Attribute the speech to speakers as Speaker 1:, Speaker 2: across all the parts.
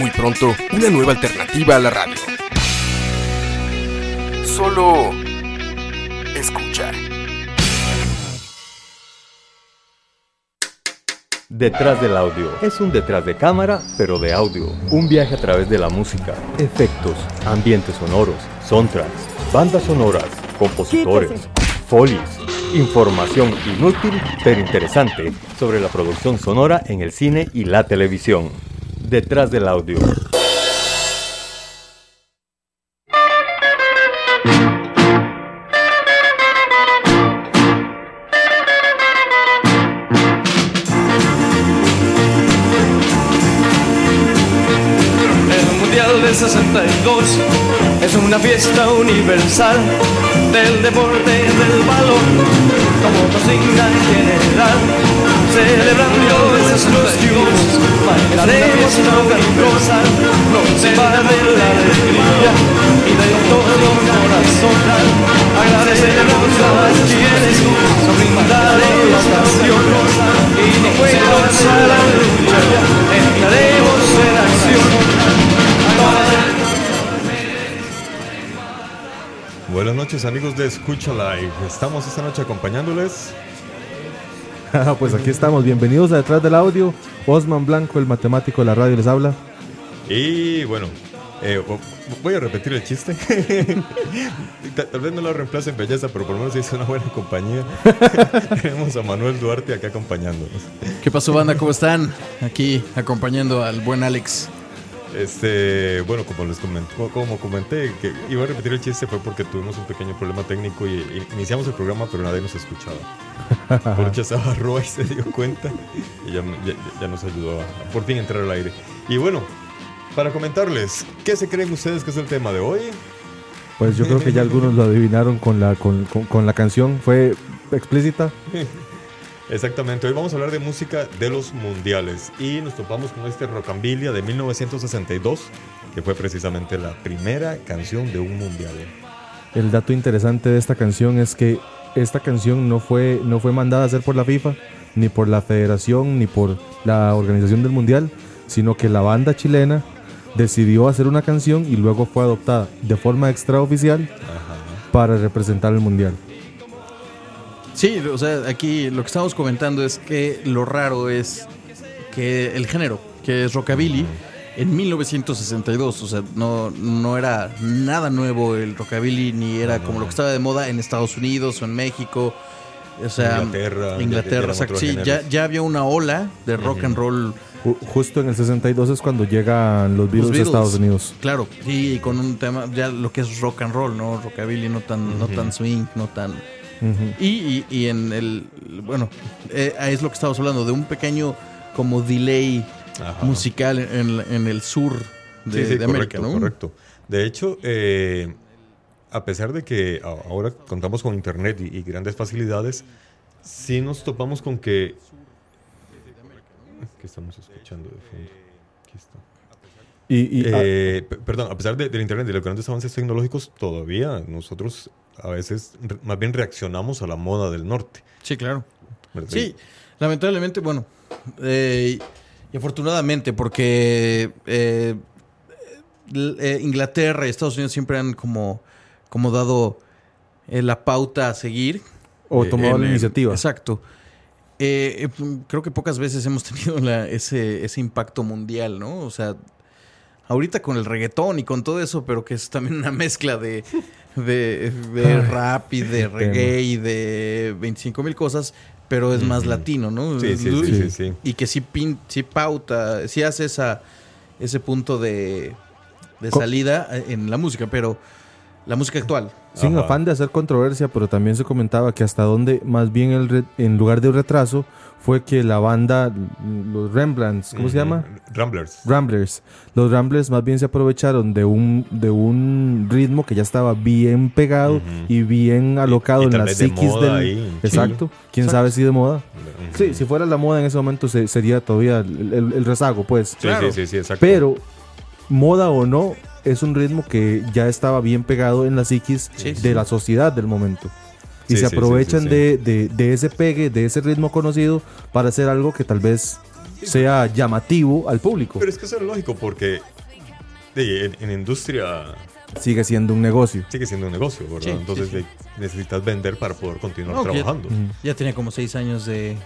Speaker 1: Muy pronto, una nueva alternativa a la radio. Solo escuchar.
Speaker 2: Detrás del audio. Es un detrás de cámara, pero de audio. Un viaje a través de la música, efectos, ambientes sonoros, soundtracks, bandas sonoras, compositores, folies, información inútil pero interesante sobre la producción sonora en el cine y la televisión. Detrás del audio.
Speaker 3: El Mundial del 62 es una fiesta universal del deporte del balón, como consigna general. Celebrando el 62, bailaremos una gloriosa, nos separa de la alegría y de todo corazón. Agradeceremos a las quienes nos brindaron la canción y nos fueron a la lucha, entraremos en acción.
Speaker 4: Buenas noches amigos de Escucha Live. Estamos esta noche acompañándoles.
Speaker 5: Ah, pues aquí estamos, bienvenidos a Detrás del Audio. Osman Blanco, el matemático de la radio, les habla.
Speaker 4: Y bueno, eh, o- voy a repetir el chiste. Ta- Tal vez no lo reemplace en belleza, pero por lo menos es una buena compañía. Tenemos a Manuel Duarte acá acompañándonos.
Speaker 6: ¿Qué pasó, banda? ¿Cómo están? Aquí acompañando al buen Alex.
Speaker 4: Este, bueno, como les comentó, como comenté, que iba a repetir el chiste fue porque tuvimos un pequeño problema técnico y, y iniciamos el programa, pero nadie nos escuchaba. Porque estaba Roa y se dio cuenta y ya, me- ya- ya nos ayudó a, a por fin entrar al aire. Y bueno, para comentarles, ¿qué se creen ustedes que es el tema de hoy?
Speaker 5: Pues yo creo que ya algunos lo adivinaron con la, con, con- con la canción, fue explícita.
Speaker 4: Exactamente, hoy vamos a hablar de música de los mundiales y nos topamos con este Rocambilia de 1962, que fue precisamente la primera canción de un mundial.
Speaker 5: El dato interesante de esta canción es que esta canción no fue, no fue mandada a hacer por la FIFA, ni por la Federación, ni por la Organización del Mundial, sino que la banda chilena decidió hacer una canción y luego fue adoptada de forma extraoficial
Speaker 4: Ajá.
Speaker 5: para representar el Mundial.
Speaker 6: Sí, o sea, aquí lo que estamos comentando es que lo raro es que el género, que es rockabilly, en 1962, o sea, no, no era nada nuevo el rockabilly, ni era como lo que estaba de moda en Estados Unidos o en México. O sea,
Speaker 4: Inglaterra, ya- ya eran
Speaker 6: Inglaterra, exacto.
Speaker 4: otros
Speaker 6: Sí, ya,
Speaker 4: géneros.
Speaker 6: ya había una ola de rock and roll.
Speaker 5: Ju- Justo en el 62 es cuando llegan los Beatles,
Speaker 6: Los
Speaker 5: a Estados Unidos.
Speaker 6: Claro, sí, y con un tema, ya lo que es rock and roll, ¿no? Rockabilly, no tan, no tan swing, no tan.
Speaker 5: Ujú.
Speaker 6: Y, y- y en el. Bueno, eh, es lo que estábamos hablando, de un pequeño como delay
Speaker 4: Ajá.
Speaker 6: musical en, en el sur de, de América, ¿no?
Speaker 4: correcto. De hecho, eh, a pesar de que a- ahora contamos con internet y, y grandes facilidades, sí nos topamos con que... ¿Qué estamos escuchando de fondo? Aquí está.
Speaker 5: Y, y- ah,
Speaker 4: Eh, p- perdón, a pesar de- del internet y de los grandes avances tecnológicos, todavía nosotros a veces re- más bien reaccionamos a la moda del norte.
Speaker 6: Sí, claro.
Speaker 4: ¿verdad?
Speaker 6: Sí, lamentablemente, bueno. eh, y afortunadamente, porque eh, l- eh, Inglaterra y Estados Unidos siempre han como, como dado eh, la pauta a seguir.
Speaker 5: o
Speaker 6: Eh,
Speaker 5: tomado
Speaker 6: en
Speaker 5: la
Speaker 6: el-
Speaker 5: iniciativa.
Speaker 6: Exacto. Eh, eh, p- creo que pocas veces hemos tenido la- ese, ese impacto mundial, ¿no? O sea, ahorita con el reggaetón y con todo eso, pero que es también una mezcla de, de, de rap y de reggae y de 25 mil cosas, pero es más latino, ¿no?
Speaker 4: Sí, sí, sí, sí, sí.
Speaker 6: Y que sí, pin, sí pauta, sí hace esa, ese punto de, de
Speaker 5: Co-
Speaker 6: salida en la música, pero la música actual.
Speaker 5: Sin
Speaker 4: Ajá.
Speaker 5: afán de hacer controversia, pero también se comentaba que hasta donde, más bien el re- en lugar de un retraso, fue que la banda, los Rembrandts, ¿cómo se llama?
Speaker 4: Mm, Ramblers.
Speaker 5: Ramblers. Los Ramblers más bien se aprovecharon de un, de un ritmo que ya estaba bien pegado y bien alocado
Speaker 4: y
Speaker 5: en
Speaker 4: tal
Speaker 5: las
Speaker 4: vez de
Speaker 5: psiquis
Speaker 4: moda
Speaker 5: del.
Speaker 4: ahí, sí.
Speaker 5: Exacto. Quién sabe si de moda. Sí, si fuera la moda en ese momento se- sería todavía el, el- el rezago, pues.
Speaker 4: Sí, sí, sí, sí, exacto.
Speaker 5: Pero, moda o no, es un ritmo que ya estaba bien pegado en la psiquis
Speaker 6: Sí, sí.
Speaker 5: de la sociedad del momento. Y se
Speaker 4: Sí, sí, sí,
Speaker 5: aprovechan
Speaker 4: sí, sí.
Speaker 5: De, de- de ese pegue, de ese ritmo conocido, para hacer algo que tal vez sea llamativo al público.
Speaker 4: Pero es que eso es lógico porque de, en, en industria
Speaker 5: Sigue siendo un negocio.
Speaker 4: sigue siendo un negocio, ¿verdad?
Speaker 6: Sí, sí,
Speaker 4: Entonces
Speaker 6: sí.
Speaker 4: de- necesitas vender para poder continuar
Speaker 6: No, que ya-
Speaker 4: trabajando.
Speaker 6: Ya tenía como seis años de,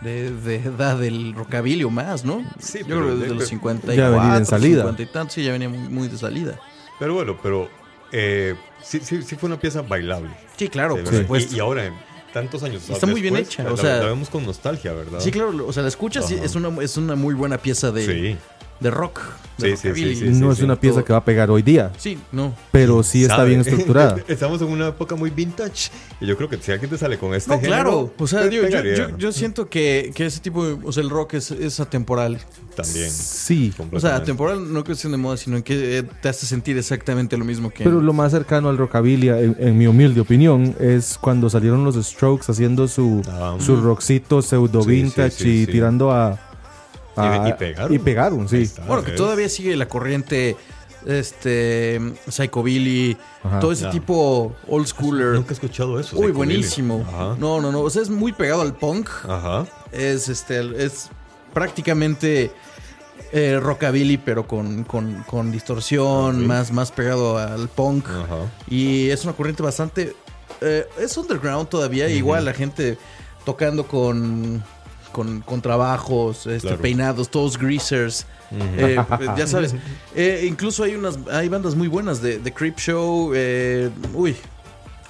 Speaker 6: de, de edad del rockabilly o más, ¿no?
Speaker 4: Sí,
Speaker 6: yo
Speaker 4: pero-
Speaker 6: creo que desde
Speaker 4: pero-
Speaker 6: los 54,
Speaker 5: Ya venía en salida.
Speaker 6: 50 y tantos, sí, ya venía muy, muy de salida.
Speaker 4: Pero bueno, pero eh, sí, sí, sí fue una pieza bailable.
Speaker 6: Sí, claro,
Speaker 4: de
Speaker 6: por
Speaker 4: verdad.
Speaker 6: supuesto.
Speaker 4: Y, y ahora, en tantos años.
Speaker 6: Está muy bien
Speaker 4: después,
Speaker 6: hecha,
Speaker 4: la-
Speaker 6: o
Speaker 4: la-
Speaker 6: sea-
Speaker 4: la vemos con nostalgia, ¿verdad?
Speaker 6: Sí, claro, o sea, la escuchas y
Speaker 4: oh. Ajá.
Speaker 6: es una, es una muy buena pieza de,
Speaker 4: Sí.
Speaker 6: de rock.
Speaker 4: Sí,
Speaker 6: de
Speaker 4: sí,
Speaker 6: rockabilly.
Speaker 4: sí, sí.
Speaker 5: No es una pieza que va a pegar hoy día,
Speaker 6: Sí, no.
Speaker 5: pero sí está
Speaker 4: ¿Sabe?
Speaker 5: bien estructurada.
Speaker 4: Estamos en una época muy vintage. Y yo creo que si alguien te sale con este.
Speaker 6: No, claro.
Speaker 4: género,
Speaker 6: O sea,
Speaker 4: te
Speaker 6: digo, yo,
Speaker 4: pegaría
Speaker 6: yo- yo siento que, que ese tipo de. O sea, el rock es, es atemporal.
Speaker 4: También.
Speaker 5: Sí,
Speaker 6: O sea,
Speaker 4: completamente.
Speaker 6: atemporal no cuestión de moda, sino en que eh, te hace sentir exactamente lo mismo que.
Speaker 5: pero lo más cercano al rockabilly, en, en mi humilde opinión, es cuando salieron los Strokes haciendo su,
Speaker 4: Ah,
Speaker 5: su rockcito pseudo
Speaker 4: Sí, sí,
Speaker 5: vintage
Speaker 4: sí,
Speaker 5: y
Speaker 4: sí.
Speaker 5: tirando a, a-
Speaker 4: Y- y pegaron.
Speaker 5: Ah, y pegaron, sí.
Speaker 4: Ahí está,
Speaker 6: Ah, bueno, que
Speaker 4: ¿ves?
Speaker 6: todavía sigue la corriente. Este. Psychobilly.
Speaker 5: Ajá.
Speaker 6: todo ese
Speaker 4: Ya.
Speaker 6: tipo old schooler.
Speaker 4: Nunca he escuchado eso.
Speaker 6: Uy,
Speaker 4: Psychobilly.
Speaker 6: buenísimo.
Speaker 4: Ajá. Ah.
Speaker 6: No, no, no. O sea, es muy pegado al punk.
Speaker 4: Ajá.
Speaker 6: Es este. Es prácticamente. eh, rockabilly, pero con, con- con distorsión,
Speaker 4: Ok.
Speaker 6: más, más pegado al punk.
Speaker 4: Ajá.
Speaker 6: Y es una corriente bastante. eh, es underground todavía. Igual la gente tocando con. Con, con trabajos, este,
Speaker 4: Claro.
Speaker 6: peinados, todos greasers. Eh, ya sabes. Eh, incluso hay unas. Hay bandas muy buenas de, de Creep Show. eh, uy.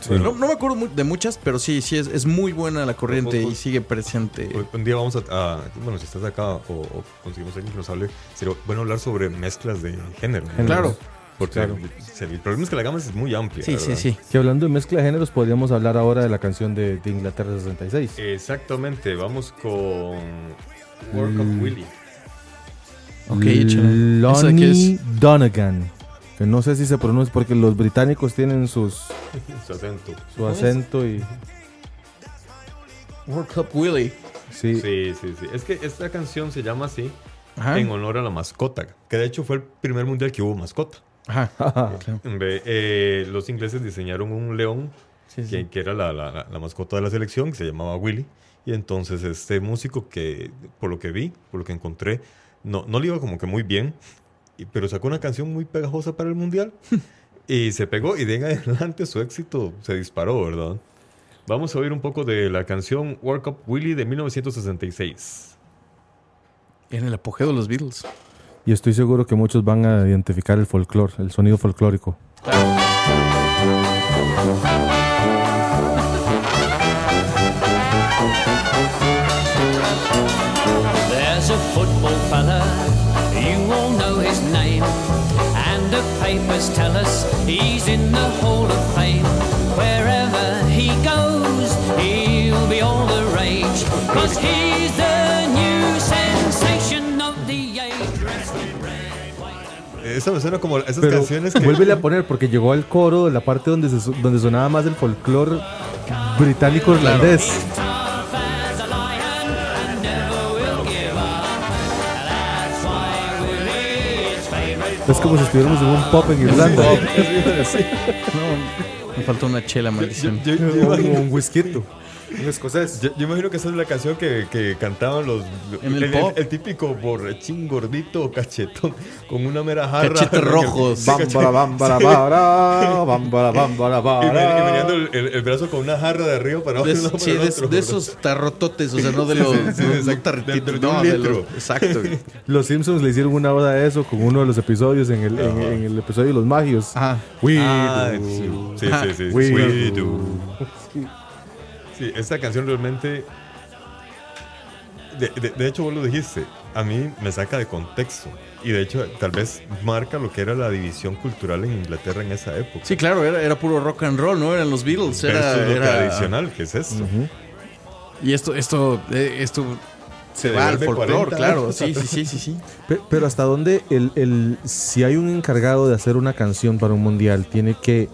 Speaker 6: No, no me acuerdo mu- de muchas, pero sí, sí, es, es muy buena la corriente y sigue presente.
Speaker 4: Hoy- Un día vamos a, a- Bueno, si estás acá o, o conseguimos a alguien que nos hable, sería bueno hablar sobre mezclas de género. ¿no?
Speaker 6: Claro.
Speaker 4: Porque se- el problema es que la gama es muy amplia.
Speaker 6: Sí, sí,
Speaker 4: ¿verdad?
Speaker 6: sí.
Speaker 5: Que hablando de mezcla de géneros, podríamos hablar ahora de la canción de, de Inglaterra 66.
Speaker 4: Exactamente. Vamos con. Work of Willy.
Speaker 6: Ok, échala. ¿Esa de qué
Speaker 5: Lonnie Donegan. Que no sé si se pronuncia porque los británicos tienen sus,
Speaker 4: Su acento.
Speaker 5: su acento y...
Speaker 6: World Cup Willy.
Speaker 5: Sí,
Speaker 4: Sí, sí, sí. Es que esta canción se llama así
Speaker 6: Ajá.
Speaker 4: en honor a la mascota. Que de hecho fue el primer mundial que hubo mascota.
Speaker 6: Ajá.
Speaker 4: Ve, eh, los ingleses diseñaron un león
Speaker 6: Sí, sí.
Speaker 4: que, que era la, la- la- la mascota de la selección, que se llamaba Willy. Y entonces este músico que, por lo que vi, por lo que encontré, no, no le iba como que muy bien, y- pero sacó una canción muy pegajosa para el Mundial. y se pegó y de ahí en adelante su éxito se disparó, ¿verdad? Vamos a oír un poco de la canción Work Up Willy de 1966.
Speaker 6: En el apogeo de los Beatles.
Speaker 5: Y estoy seguro que muchos van a identificar el folclore, el sonido folclórico.
Speaker 7: There's a football fella, you all know his name. And the papers tell us he's in the Hall of Fame. Wherever he goes, he'll be all the rage. Cause he's the new sensation of the age.
Speaker 4: Esa me suena como esas
Speaker 5: Pero
Speaker 4: canciones que...
Speaker 5: vuélvele a poner porque llegó al coro de la parte donde, se su- donde sonaba más el folclore británico-irlandés.
Speaker 7: Tough as a lion and never will give up. That's why Willie is favorite.
Speaker 5: Es como si estuviéramos en un pop en Irlanda.
Speaker 6: No, me faltó una chela,
Speaker 4: Yo-
Speaker 6: maldición.
Speaker 4: yo- yo imagino-
Speaker 5: Como un whisky. Un escocés.
Speaker 4: Yo, yo imagino que esa es la canción que, que cantaban los.
Speaker 6: En el pop.
Speaker 4: típico borrachín gordito cachetón con una mera jarra.
Speaker 6: Cachetes rojos.
Speaker 4: Sí,
Speaker 5: Bam,
Speaker 4: cachete-
Speaker 5: bara, bam, bara, bara, bam, bara, bam, bara,
Speaker 4: Y ven- y
Speaker 5: bara.
Speaker 4: meneando el, el- el brazo con una jarra de arriba para
Speaker 6: De,
Speaker 4: abajo. y
Speaker 6: es-
Speaker 4: una para
Speaker 6: sí,
Speaker 4: el
Speaker 6: de es-
Speaker 4: otro,
Speaker 6: de
Speaker 4: ¿verdad?
Speaker 6: esos tarrototes, o sea, no de los
Speaker 4: sí, sí,
Speaker 6: no- no
Speaker 4: exacto.
Speaker 6: tarrititos,
Speaker 4: De- de un
Speaker 6: no, de los-
Speaker 4: litro.
Speaker 6: exacto. güey.
Speaker 5: Los Simpsons le hicieron una oda a eso con uno de los episodios en el, en, en el episodio de los magios.
Speaker 6: Ajá.
Speaker 5: We
Speaker 4: Ah,
Speaker 5: do.
Speaker 4: sí, sí,
Speaker 6: Ajá.
Speaker 4: sí, sí.
Speaker 5: We
Speaker 4: We
Speaker 5: do.
Speaker 4: do. Sí, esta canción realmente. De, de- de hecho, vos lo dijiste. a mí me saca de contexto. Y de hecho, tal vez marca lo que era la división cultural en Inglaterra en esa época.
Speaker 6: Sí, claro, era, era puro rock and roll, ¿no? Eran los Beatles.
Speaker 4: Pero
Speaker 6: Era,
Speaker 4: esto es lo
Speaker 6: era-
Speaker 4: tradicional, ¿qué es esto?
Speaker 6: Y esto, esto, eh, esto se, va al
Speaker 4: devuelve
Speaker 6: folclore,
Speaker 4: 40
Speaker 6: claro.
Speaker 4: años.
Speaker 6: Sí, sí, sí, sí, sí.
Speaker 5: Pe- Pero, hasta dónde el, el- si hay un encargado de hacer una canción para un mundial, tiene que,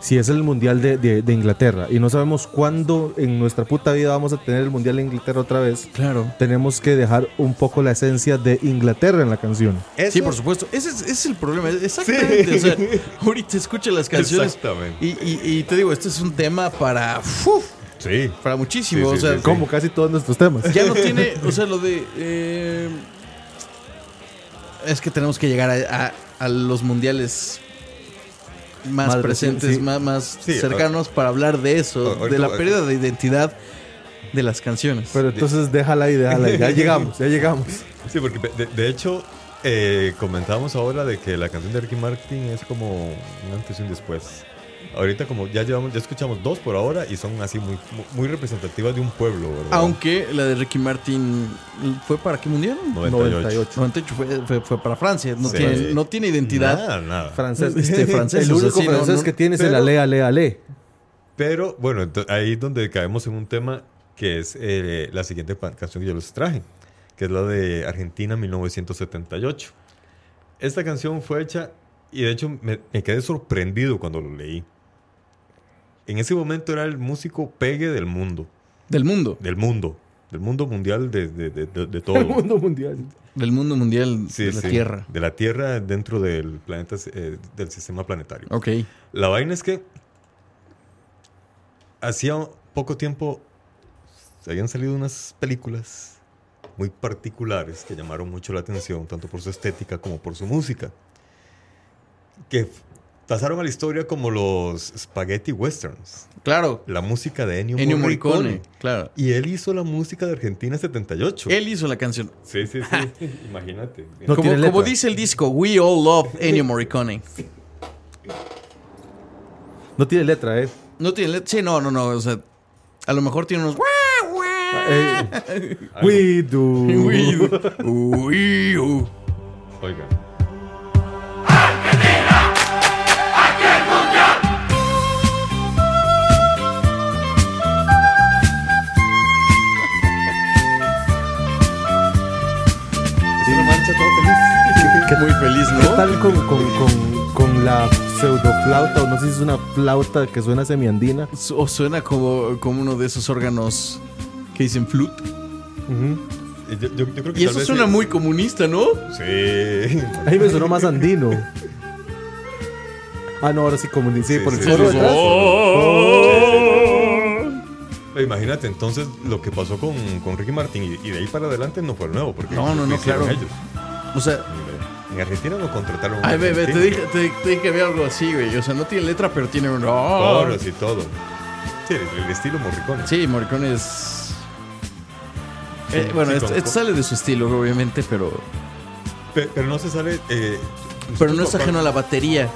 Speaker 5: si es el mundial de, de- de Inglaterra y no sabemos cuándo en nuestra puta vida vamos a tener el mundial de Inglaterra otra vez,
Speaker 6: Claro.
Speaker 5: tenemos que dejar un poco la esencia de Inglaterra en la canción.
Speaker 4: Eso-
Speaker 6: Sí, por supuesto. Ese es, ese es el problema. Exactamente.
Speaker 4: Sí.
Speaker 6: O sea, ahorita escucha las canciones.
Speaker 4: Exactamente.
Speaker 6: Y, y- y te digo, este es un tema para. ¡fuf!
Speaker 4: Sí.
Speaker 6: para muchísimo.
Speaker 4: Sí,
Speaker 6: o
Speaker 4: sí,
Speaker 6: sea,
Speaker 4: sí, sí.
Speaker 5: Como casi todos nuestros temas.
Speaker 6: ya no tiene. O sea, lo de. eh, es que tenemos que llegar a, a- a los mundiales más
Speaker 5: Más
Speaker 6: presentes,
Speaker 5: recientes, sí.
Speaker 6: más, más
Speaker 4: Sí,
Speaker 6: cercanos para hablar de eso,
Speaker 4: ahorita-
Speaker 6: de la pérdida de identidad de las canciones.
Speaker 5: Pero entonces déjala y déjala. ahí. Ya llegamos, ya llegamos.
Speaker 4: Sí, porque de, de hecho eh, comentábamos ahora de que la canción de Ricky Martin es como un antes y un después. Ahorita como ya llevamos, ya escuchamos dos por ahora y son así muy, muy- muy representativas de un pueblo, ¿verdad?
Speaker 6: Aunque la de Ricky Martin fue para qué mundial?
Speaker 4: 98.
Speaker 5: 98.
Speaker 6: 98 fue, fue, fue para Francia. No,
Speaker 4: Sí.
Speaker 6: tiene, no tiene identidad.
Speaker 4: Nada, nada.
Speaker 5: Francés.
Speaker 6: Este, francés,
Speaker 5: el
Speaker 6: o sea,
Speaker 5: único
Speaker 6: sí, no,
Speaker 5: francés
Speaker 6: no,
Speaker 5: que tiene es el
Speaker 4: pero-
Speaker 5: ale, ale, ale.
Speaker 4: Pero bueno, ento- ahí es donde caemos en un tema que es eh, la siguiente pa- canción que yo les traje, que es la de Argentina 1978. Esta canción fue hecha y de hecho me, me quedé sorprendido cuando lo leí. En ese momento era el músico pegue del mundo,
Speaker 6: Del mundo.
Speaker 4: del mundo, del mundo mundial de, de- de- de- de todo.
Speaker 5: El mundo mundial.
Speaker 6: Del mundo mundial
Speaker 4: Sí,
Speaker 6: de la
Speaker 4: sí,
Speaker 6: Tierra.
Speaker 4: De la Tierra dentro del planeta, eh, del sistema planetario.
Speaker 6: Ok.
Speaker 4: La vaina es que hacía poco tiempo se habían salido unas películas muy particulares que llamaron mucho la atención, tanto por su estética como por su música, que f- pasaron a la historia como los spaghetti westerns,
Speaker 6: Claro.
Speaker 4: la música de Ennio,
Speaker 6: Ennio
Speaker 4: Morricone.
Speaker 6: Morricone. Claro.
Speaker 4: Y él hizo la música de Argentina 78.
Speaker 6: Él hizo la canción.
Speaker 4: Sí, sí, sí. Imagínate.
Speaker 5: No
Speaker 6: como,
Speaker 5: tiene
Speaker 6: como
Speaker 5: letra.
Speaker 6: dice el disco, We All Love Ennio Morricone.
Speaker 5: No tiene letra, eh.
Speaker 6: No tiene letra. Sí, no, no, no. O sea, a lo mejor tiene unos.
Speaker 5: Eh, we do.
Speaker 6: Uy, uy, uy.
Speaker 4: Oiga. Es una marcha toda feliz.
Speaker 6: Muy feliz,
Speaker 5: ¿Qué
Speaker 6: ¿no?
Speaker 5: tal con, con, con, con la pseudoflauta? O no sé si es una flauta que suena semiandina.
Speaker 6: Su- O suena como, como uno de esos órganos que dicen flute.
Speaker 4: Y Yo, yo- yo creo que
Speaker 6: Y
Speaker 4: tal
Speaker 6: eso
Speaker 4: vez
Speaker 6: suena
Speaker 4: sí.
Speaker 6: muy comunista, ¿no?
Speaker 4: Sí.
Speaker 5: Ahí me sonó más andino. Ah, no, ahora sí como Sí,
Speaker 4: Sí,
Speaker 5: por el
Speaker 4: sí,
Speaker 5: coro
Speaker 4: sí,
Speaker 5: detrás.
Speaker 4: Pero Imagínate entonces lo que pasó con, con Ricky Martin y, y de ahí para adelante no fue nuevo porque
Speaker 6: No, no,
Speaker 4: lo
Speaker 6: no,
Speaker 4: hicieron
Speaker 6: claro.
Speaker 4: ellos.
Speaker 6: O sea,
Speaker 4: En Argentina no contrataron. a un
Speaker 6: ay, bebé, te
Speaker 4: argentino.
Speaker 6: dije, te, te dije que había algo así, güey. O sea, no tiene letra, pero tiene un. ¡Oh!
Speaker 4: coros y todo. Sí, el, el estilo Morricone.
Speaker 6: Sí, Morricone es. Eh, bueno,
Speaker 4: sí,
Speaker 6: esto,
Speaker 4: Pues con-
Speaker 6: esto
Speaker 4: con-
Speaker 6: sale de su estilo, obviamente, pero.
Speaker 4: Pe- pero no se sale. eh,
Speaker 6: Pero
Speaker 4: nosotros
Speaker 6: no es
Speaker 4: papá-
Speaker 6: ajeno a la batería.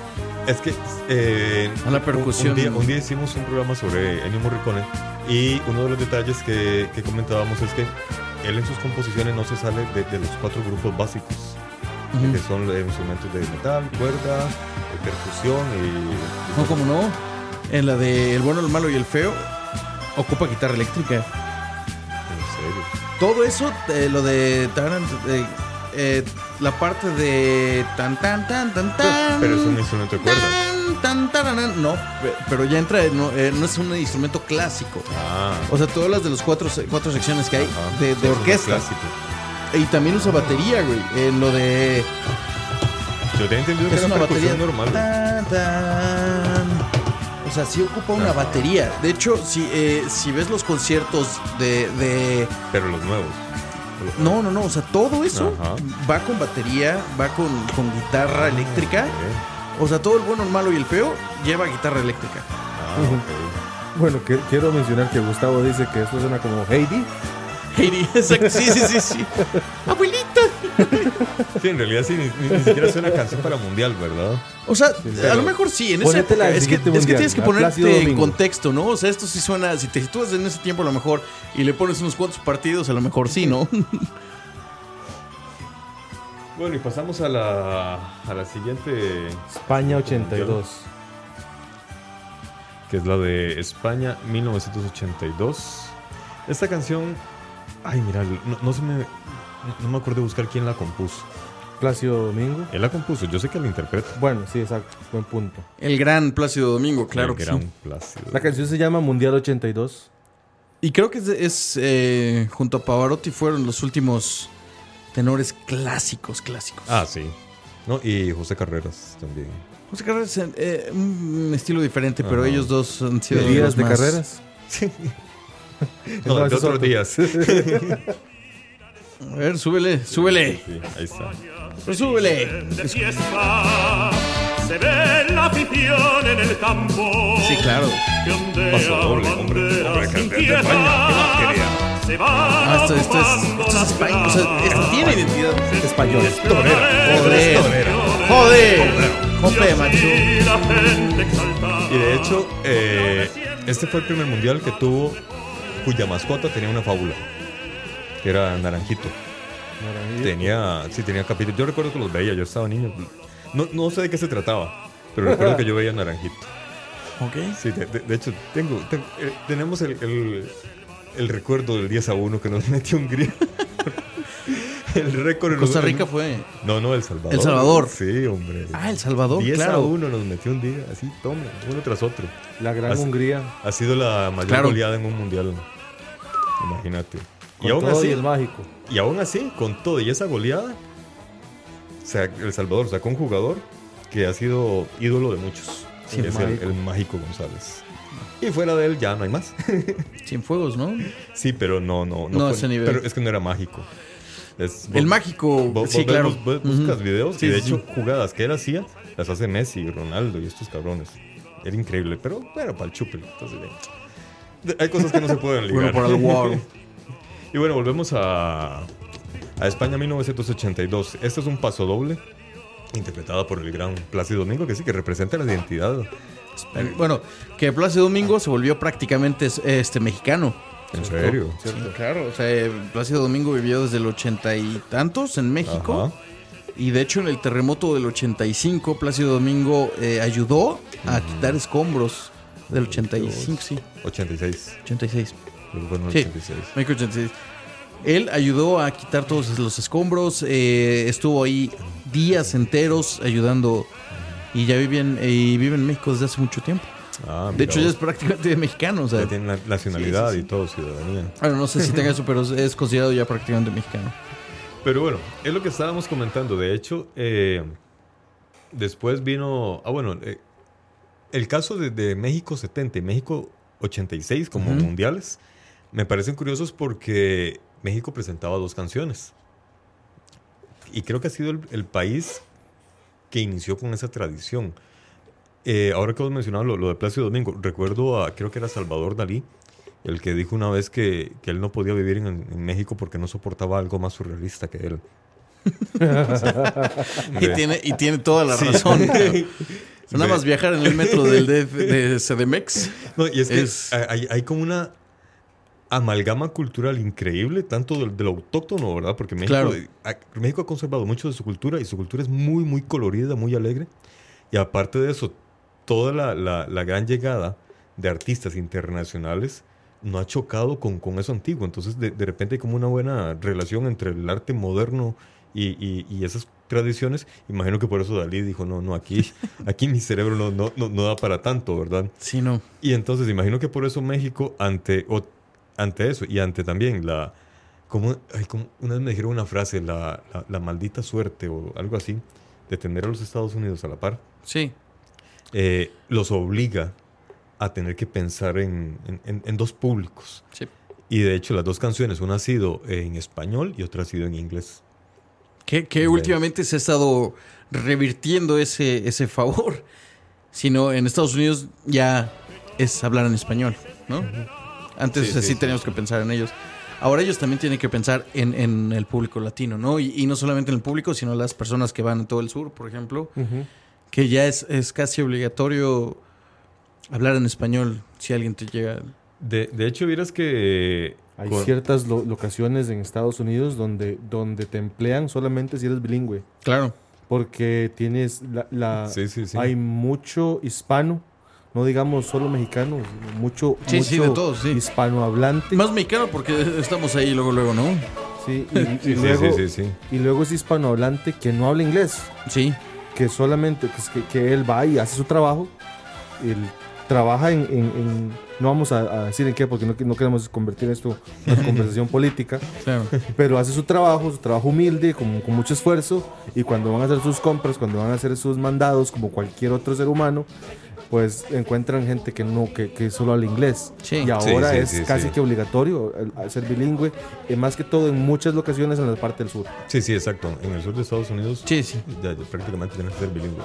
Speaker 4: Es que. eh,
Speaker 6: A la
Speaker 4: un-
Speaker 6: percusión.
Speaker 4: Un, día, un día hicimos un programa sobre Ennio Morricone y uno de los detalles que, que comentábamos es que él en sus composiciones no se sale de, de los cuatro grupos básicos.
Speaker 6: Ujú.
Speaker 4: que son eh, instrumentos de metal, cuerda, eh, percusión y...
Speaker 6: No, como no. En la de El bueno, el malo y el feo, ocupa guitarra eléctrica.
Speaker 4: En serio.
Speaker 6: Todo eso, eh, lo de. taran, eh, eh, la parte de. Tan, tan, tan, tan, tan.
Speaker 4: Pero es un instrumento de cuerda.
Speaker 6: Tan, tan, taranan. No, pe- pero ya entra. en- No, eh, no es un instrumento clásico.
Speaker 4: Ah,
Speaker 6: O sea, todas las de las cuatro, se- cuatro secciones que hay
Speaker 4: ajá.
Speaker 6: de,
Speaker 4: Eso
Speaker 6: de
Speaker 4: es más
Speaker 6: orquesta.
Speaker 4: clásico.
Speaker 6: Y también usa batería, güey. En lo de.
Speaker 4: Yo tenía entendido que
Speaker 6: Es
Speaker 4: era
Speaker 6: una batería.
Speaker 4: percusión normal.
Speaker 6: Tan, tan. O sea, sí ocupa una batería. De hecho, si, eh, si ves los conciertos de, de-
Speaker 4: Pero los nuevos. Los-
Speaker 6: Ah. No, no, no. O sea, todo eso
Speaker 4: Ajá.
Speaker 6: va con batería, va con, con guitarra eléctrica.
Speaker 4: Ok.
Speaker 6: O sea, todo el bueno, el malo y el feo lleva guitarra eléctrica.
Speaker 4: Ah, ok.
Speaker 5: Bueno, que- quiero mencionar que Gustavo dice que esto suena como Heidi.
Speaker 6: Heidi, exacto. Sí, sí, sí, sí. Abuelita.
Speaker 4: Sí, en realidad sí, ni, ni- ni siquiera suena canción para mundial, ¿verdad?
Speaker 6: O sea, a lo
Speaker 4: Pero-
Speaker 6: mejor sí, en esa
Speaker 5: Ponete la
Speaker 6: época.
Speaker 5: del
Speaker 6: Es que,
Speaker 5: siguiente
Speaker 6: es que
Speaker 5: mundial,
Speaker 6: tienes que
Speaker 5: a Plácido
Speaker 6: ponerte en
Speaker 5: Domingo.
Speaker 6: contexto, ¿no? O sea, esto sí suena. Si te sitúas en ese tiempo, a lo mejor. Y le pones unos cuantos partidos, a lo mejor sí, ¿no?
Speaker 4: Bueno, y pasamos a la, a la siguiente,
Speaker 5: España 82.
Speaker 4: que es la de España 1982. Esta canción, ay, mira, no, no se me, no, no me acuerdo de buscar quién la compuso.
Speaker 5: Placio Domingo.
Speaker 4: Él la compuso, yo sé que la interpreta.
Speaker 5: Bueno, sí, exacto. Buen punto.
Speaker 6: El gran Plácido Domingo, claro
Speaker 4: que
Speaker 6: que
Speaker 4: era
Speaker 6: sí.
Speaker 4: un plácido.
Speaker 5: La canción se llama Mundial 82.
Speaker 6: Y creo que es, es, eh, junto a Pavarotti fueron los últimos tenores clásicos, clásicos.
Speaker 4: Ah, sí. No, y José Carreras también.
Speaker 6: José Carreras, eh, eh, un estilo diferente, pero
Speaker 4: Ajá.
Speaker 6: ellos dos han sido los
Speaker 5: Días de
Speaker 6: más-
Speaker 5: carreras.
Speaker 4: No,
Speaker 5: No,
Speaker 4: de
Speaker 5: ese es
Speaker 4: otros
Speaker 5: otro.
Speaker 4: días.
Speaker 6: A ver, súbele, súbele,
Speaker 4: Sí, ahí está.
Speaker 6: súbele.
Speaker 8: de fiesta. Se ve la afición en el campo.
Speaker 6: Sí, claro.
Speaker 8: Que ondea
Speaker 4: Paso doble, hombre,
Speaker 8: banderas
Speaker 4: hombre,
Speaker 8: sin
Speaker 4: campeón de España, ¿qué más
Speaker 8: piedad. Se van
Speaker 6: Ah, esto, esto es,
Speaker 8: ocupando
Speaker 6: esto es
Speaker 8: la
Speaker 6: España. O sea,
Speaker 8: ciudad.
Speaker 6: esto tiene identidad.
Speaker 5: Español.
Speaker 8: Flores,
Speaker 6: Joder.
Speaker 8: flores,
Speaker 6: Joder. Jope, macho.
Speaker 8: Y la gente exaltada.
Speaker 4: Y de hecho, eh, este fue el primer mundial que tuvo cuya mascota tenía una fábula, que era Naranjito. Tenía, sí, tenía capítulos. Yo recuerdo que los veía, yo estaba niño. No, no sé de qué se trataba, pero recuerdo que yo veía Naranjito.
Speaker 6: Ok.
Speaker 4: Sí, de, de- de hecho, tengo, te- eh, tenemos el, el- el recuerdo del 10 a 1 que nos metió Hungría. el récord en los-
Speaker 6: Costa
Speaker 4: en-
Speaker 6: Rica fue.
Speaker 4: No, no, El Salvador.
Speaker 6: El Salvador.
Speaker 4: Sí, hombre.
Speaker 6: Ah, El Salvador,
Speaker 4: 10 a
Speaker 6: claro.
Speaker 4: 1 nos metió un día, así, toma, uno tras otro.
Speaker 5: La gran
Speaker 4: Así-
Speaker 5: Hungría.
Speaker 4: Ha sido la mayor
Speaker 6: Claro.
Speaker 4: goleada en un mundial. Imagínate.
Speaker 5: Con
Speaker 4: Y aún,
Speaker 5: todo
Speaker 4: así,
Speaker 5: y el mágico.
Speaker 4: y aún así, con todo y esa goleada, sa- El Salvador sacó un jugador que ha sido ídolo de muchos.
Speaker 6: Sí,
Speaker 4: que es el,
Speaker 6: mágico.
Speaker 4: el mágico González. Y fuera de él ya no hay más.
Speaker 6: Cienfuegos, ¿no?
Speaker 4: sí, pero no, no,
Speaker 6: No a ese nivel.
Speaker 4: Pero es que no era mágico. Es-
Speaker 6: El
Speaker 4: vos-
Speaker 6: mágico.
Speaker 4: vos-
Speaker 6: sí,
Speaker 4: vos ves-
Speaker 6: claro.
Speaker 4: vos- vos buscas
Speaker 6: Ujú.
Speaker 4: videos
Speaker 6: Sí,
Speaker 4: y de
Speaker 6: sí,
Speaker 4: hecho jugadas que él hacía las hace Messi, Ronaldo y estos cabrones. Era increíble, pero bueno, para el chupe. Entonces, eh, hay cosas que no se pueden
Speaker 6: Bueno,
Speaker 4: ligar.
Speaker 6: para el wow.
Speaker 4: Y bueno, volvemos a, a España 1982. Este es un paso doble interpretada por el gran Plácido Domingo, que sí, que representa la identidad.
Speaker 6: Eh, Bueno, que Plácido Domingo se volvió prácticamente este mexicano.
Speaker 4: En serio.
Speaker 6: Sí, claro. O sea, eh, Plácido Domingo vivió desde el ochenta y tantos en México.
Speaker 4: Ajá.
Speaker 6: Y de hecho, en el terremoto del 85, Plácido Domingo eh, ayudó a quitar escombros del 85, sí,
Speaker 4: 86.
Speaker 6: 86.
Speaker 4: Creo que fue en el
Speaker 6: Sí.
Speaker 4: 86.
Speaker 6: México 86. Él ayudó a quitar todos los escombros, eh, estuvo ahí días enteros ayudando y ya vive en, y vive en México desde hace mucho tiempo.
Speaker 4: Ah,
Speaker 6: De
Speaker 4: mira
Speaker 6: hecho, ya
Speaker 4: vos.
Speaker 6: es prácticamente mexicano. O sea,
Speaker 4: Ya tiene la nacionalidad
Speaker 6: Sí, sí,
Speaker 4: y todo, ciudadanía.
Speaker 6: bueno, no sé si tenga eso, pero es- es considerado ya prácticamente mexicano.
Speaker 4: Pero bueno, es lo que estábamos comentando. De hecho, eh, después vino. Ah, bueno, eh, el caso de, de México 70 y México 86 como
Speaker 6: Ujú.
Speaker 4: mundiales me parecen curiosos porque México presentaba dos canciones. Y creo que ha sido el, el país que inició con esa tradición. Eh, ahora que vos mencionabas lo, lo de Plácido Domingo, recuerdo a, creo que era Salvador Dalí, el que dijo una vez que, que él no podía vivir en, en México porque no soportaba algo más surrealista que él.
Speaker 6: Y tiene, y tiene toda la
Speaker 4: Sí.
Speaker 6: razón. cabrón. O sea,
Speaker 4: Ve.
Speaker 6: Nada más viajar en el metro del DF de CDMX.
Speaker 4: No, y es que
Speaker 6: Es-
Speaker 4: Hay, hay como una amalgama cultural increíble, tanto del, del autóctono, ¿verdad? Porque México,
Speaker 6: Claro.
Speaker 4: ha, México ha conservado mucho de su cultura y su cultura es muy, muy colorida, muy alegre. Y aparte de eso, toda la, la- la gran llegada de artistas internacionales no ha chocado con, con eso antiguo. Entonces, de, de repente hay como una buena relación entre el arte moderno y, y- y esas tradiciones. Imagino que por eso Dalí dijo, no, no, aquí, aquí mi cerebro no, no, no, no da para tanto, ¿verdad?
Speaker 6: Sí, no.
Speaker 4: Y entonces imagino que por eso México ante, o- ante eso y ante también la... Como, ay, como- una vez me dijeron una frase, la, la- la maldita suerte o algo así, de tener a los Estados Unidos a la par,
Speaker 6: Sí.
Speaker 4: eh, los obliga a tener que pensar en, en- en- en dos públicos.
Speaker 6: Sí.
Speaker 4: Y de hecho las dos canciones, una ha sido en español y otra ha sido en inglés.
Speaker 6: Que, que
Speaker 4: Ok.
Speaker 6: últimamente se ha estado revirtiendo ese, ese favor. Sino en Estados Unidos ya es hablar en español, ¿no? Antes
Speaker 4: Sí,
Speaker 6: o sea,
Speaker 4: sí,
Speaker 6: sí
Speaker 4: sí.
Speaker 6: teníamos que pensar en ellos. Ahora ellos también tienen que pensar en, en el público latino, ¿no? Y, y no solamente en el público, sino las personas que van en todo el sur, por ejemplo, que ya es, es casi obligatorio hablar en español si alguien te llega.
Speaker 4: De, de hecho, vieras que
Speaker 5: Hay
Speaker 4: Con-
Speaker 5: ciertas lo- locaciones en Estados Unidos donde, donde te emplean solamente si eres bilingüe.
Speaker 6: Claro.
Speaker 5: Porque tienes la... la-
Speaker 4: Sí, sí, sí.
Speaker 5: Hay mucho hispano, no digamos solo mexicanos, mucho,
Speaker 6: Sí, sí,
Speaker 5: mucho
Speaker 6: de todos, sí.
Speaker 5: hispanohablante.
Speaker 6: Más mexicano porque estamos ahí luego, luego, ¿no?
Speaker 5: Sí, y, y
Speaker 4: Sí, sí,
Speaker 5: luego,
Speaker 4: sí, sí, sí.
Speaker 5: y luego es hispanohablante que no habla inglés,
Speaker 6: Sí.
Speaker 5: que solamente pues, que es que, que él va y hace su trabajo, él trabaja en, en- en- no vamos a, a decir en qué porque no, no queremos convertir esto en una conversación política,
Speaker 6: Claro.
Speaker 5: pero hace su trabajo, su trabajo humilde, con, con mucho esfuerzo, y cuando van a hacer sus compras, cuando van a hacer sus mandados, como cualquier otro ser humano, pues encuentran gente que no, que, que solo habla inglés.
Speaker 6: Sí.
Speaker 5: Y ahora
Speaker 4: sí,
Speaker 5: es
Speaker 4: sí,
Speaker 5: casi
Speaker 4: sí.
Speaker 5: que obligatorio eh, ser bilingüe, eh, más que todo en muchas locaciones en la parte del sur.
Speaker 4: Sí, sí, exacto. En el sur de Estados Unidos
Speaker 6: Sí, sí.
Speaker 4: ya- ya prácticamente tienes que ser bilingüe.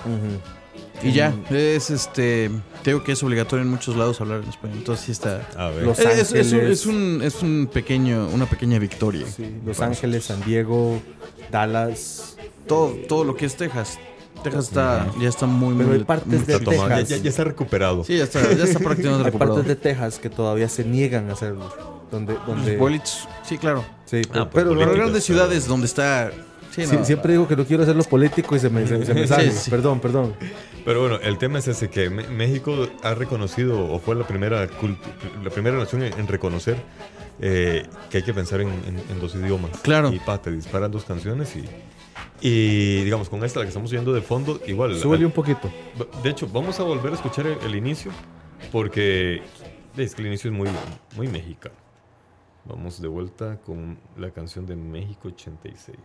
Speaker 6: Y ya, es este. Tengo que es obligatorio en muchos lados hablar en español. Entonces sí está.
Speaker 4: A ver.
Speaker 5: Los-
Speaker 6: Es, es- es un-
Speaker 5: Ángeles.
Speaker 6: es un, es un pequeño, una pequeña victoria.
Speaker 5: Sí, Los Ángeles, San Diego, Dallas.
Speaker 6: Todo, todo lo que es Texas. Texas está, ya está muy,
Speaker 5: Pero
Speaker 6: muy.
Speaker 5: hay partes
Speaker 6: muy
Speaker 5: de
Speaker 4: Está tomado. Ya,
Speaker 5: Texas.
Speaker 4: ya- ya está recuperado.
Speaker 6: Sí, ya está, ya está prácticamente
Speaker 5: Hay
Speaker 6: recuperado.
Speaker 5: partes de Texas que todavía se niegan a hacerlo. Donde, donde,
Speaker 6: Los pueblitos. Sí, claro.
Speaker 5: sí,
Speaker 4: Ah, pues,
Speaker 5: pero
Speaker 6: Pero las
Speaker 4: Políticos,
Speaker 6: grandes
Speaker 4: claro.
Speaker 6: ciudades donde está. Sí,
Speaker 5: Sí,
Speaker 6: no.
Speaker 5: siempre digo que no quiero hacerlo político y se me, se, se me sale.
Speaker 6: Sí, sí.
Speaker 5: Perdón, perdón.
Speaker 4: Pero bueno, el tema es ese que Me- México ha reconocido o fue la primera cultu- la primera nación en en reconocer eh, que hay que pensar en, en- en dos idiomas.
Speaker 6: Claro.
Speaker 4: Y pa, te disparan dos canciones y y digamos con esta la que estamos oyendo de fondo igual. eh,
Speaker 5: Súbele un poquito.
Speaker 4: De hecho, vamos a volver a escuchar el, el inicio porque es que el inicio es muy muy mexicano. Vamos de vuelta con la canción de México 86.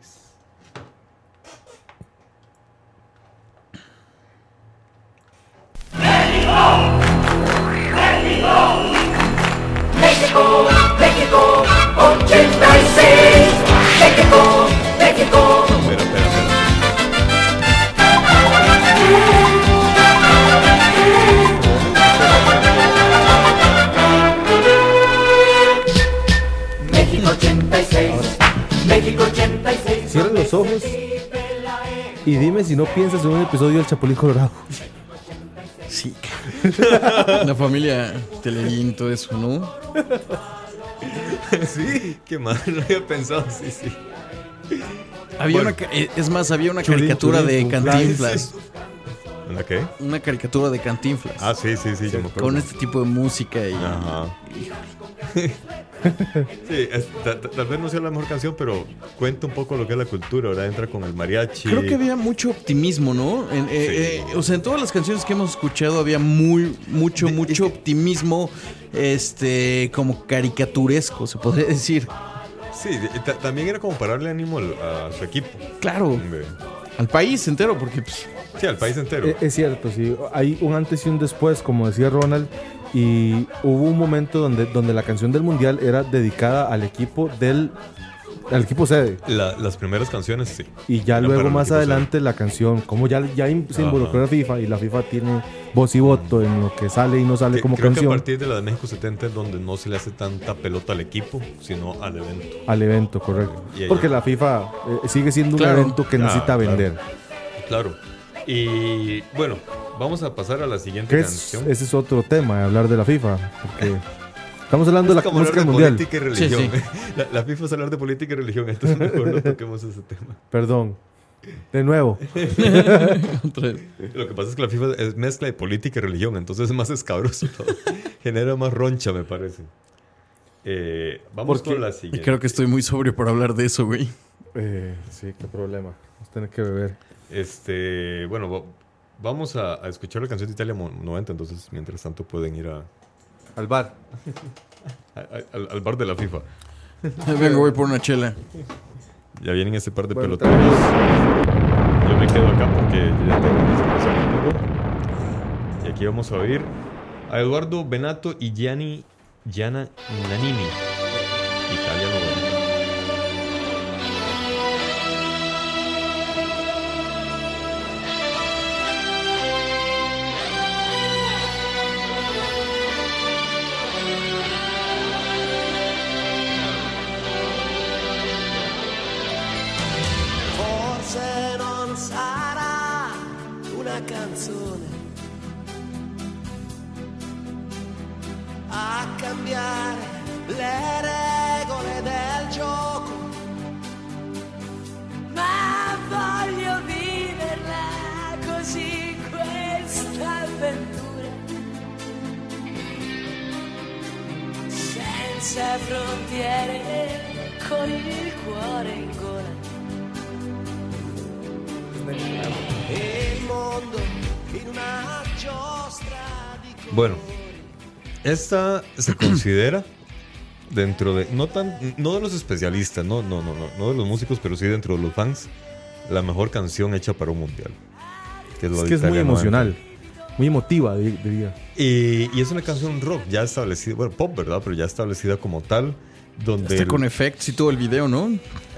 Speaker 9: México, México, 86. México, México.
Speaker 4: Espera, espera, espera.
Speaker 9: México 86. México 86.
Speaker 5: Cierra los ojos y dime si no piensas en un episodio del Chapulín Colorado.
Speaker 6: Sí. La familia Teleguín, todo eso, ¿no?
Speaker 4: Sí, qué mal, no había pensado. Sí, sí.
Speaker 6: Había
Speaker 4: Bueno.
Speaker 6: una ca- eh, es más, había una
Speaker 5: Chulín,
Speaker 6: caricatura
Speaker 5: chulín,
Speaker 6: de
Speaker 5: chulín.
Speaker 6: Cantinflas.
Speaker 4: ¿En la qué?
Speaker 6: Una caricatura de Cantinflas.
Speaker 4: Ah, sí, sí, sí, yo me acuerdo.
Speaker 6: con este tipo de música y.
Speaker 4: Ajá. sí, es- ta- ta- tal vez no sea la mejor canción, pero cuenta un poco lo que es la cultura, ¿verdad? Entra con el mariachi.
Speaker 6: Creo que había mucho optimismo, ¿no? En- eh,
Speaker 4: Sí.
Speaker 6: eh, o sea, en todas las canciones que hemos escuchado había muy, mucho, mucho optimismo, este, como caricaturesco, se podría decir.
Speaker 4: Sí, de- ta- también era como para darle ánimo al- a su equipo.
Speaker 6: Claro,
Speaker 4: de-
Speaker 6: al país entero, porque pues,
Speaker 4: Sí, al país entero.
Speaker 5: Eh, Es cierto, sí. Hay un antes y un después, como decía Ronald, y hubo un momento donde, donde la canción del mundial era dedicada al equipo del al equipo sede
Speaker 4: La- las primeras canciones, sí.
Speaker 5: y ya
Speaker 4: Eran para
Speaker 5: luego
Speaker 4: el
Speaker 5: más
Speaker 4: equipo sede.
Speaker 5: adelante la canción como ya, ya in- se
Speaker 4: Ajá.
Speaker 5: involucró la FIFA y la FIFA tiene voz y voto en lo que sale y no sale
Speaker 4: Que-
Speaker 5: como
Speaker 4: creo que a
Speaker 5: canción
Speaker 4: partir de la de México 70 es donde no se le hace tanta pelota al equipo, sino al evento.
Speaker 5: al evento correcto
Speaker 4: Y ahí-
Speaker 5: porque la FIFA eh, sigue siendo
Speaker 6: Claro.
Speaker 5: un evento que
Speaker 4: Ah,
Speaker 5: necesita
Speaker 4: claro.
Speaker 5: vender
Speaker 4: Claro. Y bueno, vamos a pasar a la siguiente
Speaker 5: Que es-
Speaker 4: canción.
Speaker 5: ese es otro tema, hablar de la FIFA. Porque estamos hablando de
Speaker 4: Es
Speaker 5: la
Speaker 4: como hablar
Speaker 5: música
Speaker 4: de
Speaker 5: mundial.
Speaker 4: política y religión.
Speaker 6: Sí,
Speaker 4: La, la FIFA es hablar de política y religión, entonces mejor no toquemos ese tema.
Speaker 5: Perdón. De nuevo.
Speaker 6: otra vez.
Speaker 4: Lo que pasa es que la FIFA es mezcla de política y religión, entonces es más escabroso todo. Genera más roncha, me parece. Eh, vamos
Speaker 5: Porque-
Speaker 4: con la
Speaker 6: y
Speaker 4: siguiente.
Speaker 6: creo que estoy muy sobrio por hablar de eso, güey.
Speaker 5: Eh, sí, qué problema. Vamos a tener que beber.
Speaker 4: Este, bueno, va- vamos a, a escuchar la canción de Italia mo- 90, entonces mientras tanto pueden ir a-
Speaker 5: Al bar.
Speaker 4: a- a- al, al bar de la FIFA.
Speaker 6: Vengo, voy por una chela.
Speaker 4: Ya vienen ese par de
Speaker 5: Bueno,
Speaker 4: pelotones. Yo me quedo acá porque yo ya tengo mis cosas conmigo. Y aquí vamos a oír a Eduardo Benato y Gianni Gianna Nanini. Italiano. bueno.
Speaker 10: forse non sarà una canzone a cambiare le senza frontiere, con il cuore in gola. E il mondo in una giostra di
Speaker 4: Bueno, esta se considera dentro de. No, tan, no de los especialistas, no, no, no, no, no de los músicos, pero sí dentro de los fans, la mejor canción hecha para un mundial. que
Speaker 5: Es
Speaker 4: la
Speaker 5: que es
Speaker 4: de
Speaker 5: muy
Speaker 4: Italia 90.
Speaker 5: emocional,
Speaker 4: ¿eh?
Speaker 5: muy emotiva, di- diría.
Speaker 4: Y, y es una canción rock ya establecida, bueno, pop, ¿verdad? Pero ya establecida como tal, donde.
Speaker 6: Está
Speaker 4: el-
Speaker 6: con efectos y todo el video, ¿no?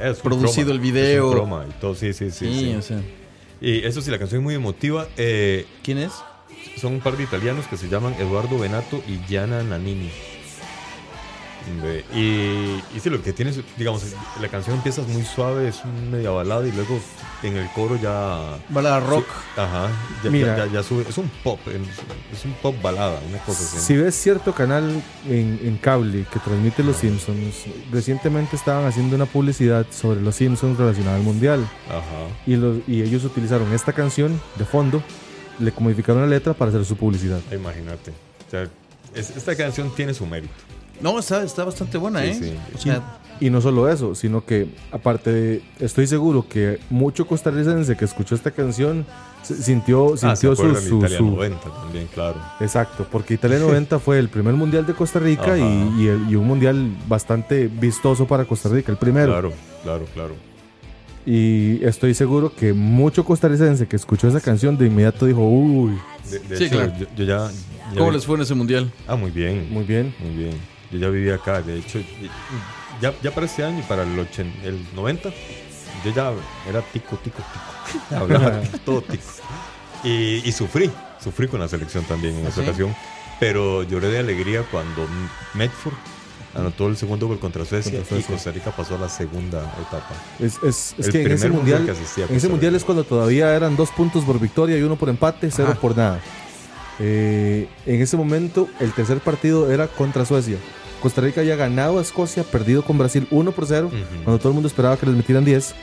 Speaker 4: es un
Speaker 6: producido
Speaker 4: croma,
Speaker 6: el video.
Speaker 4: es un croma y todo, sí, sí, sí.
Speaker 6: Sí,
Speaker 4: sí.
Speaker 6: o sea.
Speaker 4: Y eso sí, la canción es muy emotiva. eh,
Speaker 6: ¿Quién es?
Speaker 4: son un par de italianos que se llaman Eduardo Benato y Gianna Nannini. Ve, Y, y sí, lo que tiene, es, digamos, es- la canción empieza muy suave, es un media balada y luego en el coro ya...
Speaker 6: Balada rock.
Speaker 4: su- ajá, ya,
Speaker 5: Mira.
Speaker 4: ya- ya- ya sube. Es un pop, es- es un pop balada, una cosa así.
Speaker 5: Si ves cierto canal en, en cable que transmite Los Simpsons, recientemente estaban haciendo una publicidad sobre Los Simpsons relacionada al Mundial
Speaker 4: Ajá.
Speaker 5: y, los, y ellos utilizaron esta canción de fondo, le modificaron la letra para hacer su publicidad.
Speaker 4: Imagínate. O sea, es- esta canción tiene su mérito.
Speaker 6: No, está, está bastante buena,
Speaker 4: Sí,
Speaker 6: ¿eh?
Speaker 4: sí.
Speaker 6: O sea,
Speaker 5: Y no solo eso, sino que aparte de, estoy seguro que mucho costarricense que escuchó esta canción se- sintió,
Speaker 4: Ah, se
Speaker 5: sintió su,
Speaker 4: acuerdan de
Speaker 5: su,
Speaker 4: Italia
Speaker 5: su-
Speaker 4: 90 también, claro.
Speaker 5: Exacto, porque Italia 90 fue el primer mundial de Costa Rica y,
Speaker 4: Ajá.
Speaker 5: y el- y un mundial bastante vistoso para Costa Rica, el primero.
Speaker 4: Claro, claro, claro.
Speaker 5: Y estoy seguro que mucho costarricense que escuchó esa canción de inmediato dijo, uy,
Speaker 4: De, de
Speaker 6: Sí,
Speaker 4: hecho,
Speaker 6: claro.
Speaker 4: yo, yo ya... ya
Speaker 6: ¿cómo
Speaker 4: vi-
Speaker 6: les fue en ese mundial?
Speaker 4: Ah, muy bien.
Speaker 5: muy bien.
Speaker 4: Muy bien. Yo ya vivía acá, de hecho, y- ya, ya para este año y para el, ochen- el 90, yo ya era tico, tico, tico. Hablaba todo tico. Y, y sufrí, sufrí con la selección también en
Speaker 6: ¿Sí?
Speaker 4: esa ocasión, pero lloré de alegría cuando Medford anotó el segundo gol contra Suecia,
Speaker 5: Contra Suecia.
Speaker 4: y Costa Rica pasó a la segunda etapa.
Speaker 5: Es, es- es
Speaker 4: El
Speaker 5: que en ese
Speaker 4: primer mundial
Speaker 5: mundial,
Speaker 4: que asistí a
Speaker 5: en ese
Speaker 4: Costa
Speaker 5: mundial
Speaker 4: Rica.
Speaker 5: es cuando todavía eran dos puntos por victoria y uno por empate, cero
Speaker 6: Ajá.
Speaker 5: por nada. Eh, en ese momento, el tercer partido era contra Suecia. Costa Rica había ganado a Escocia, perdido con Brasil 1 por 0,
Speaker 4: Ujú.
Speaker 5: cuando todo el mundo esperaba que les metieran 10.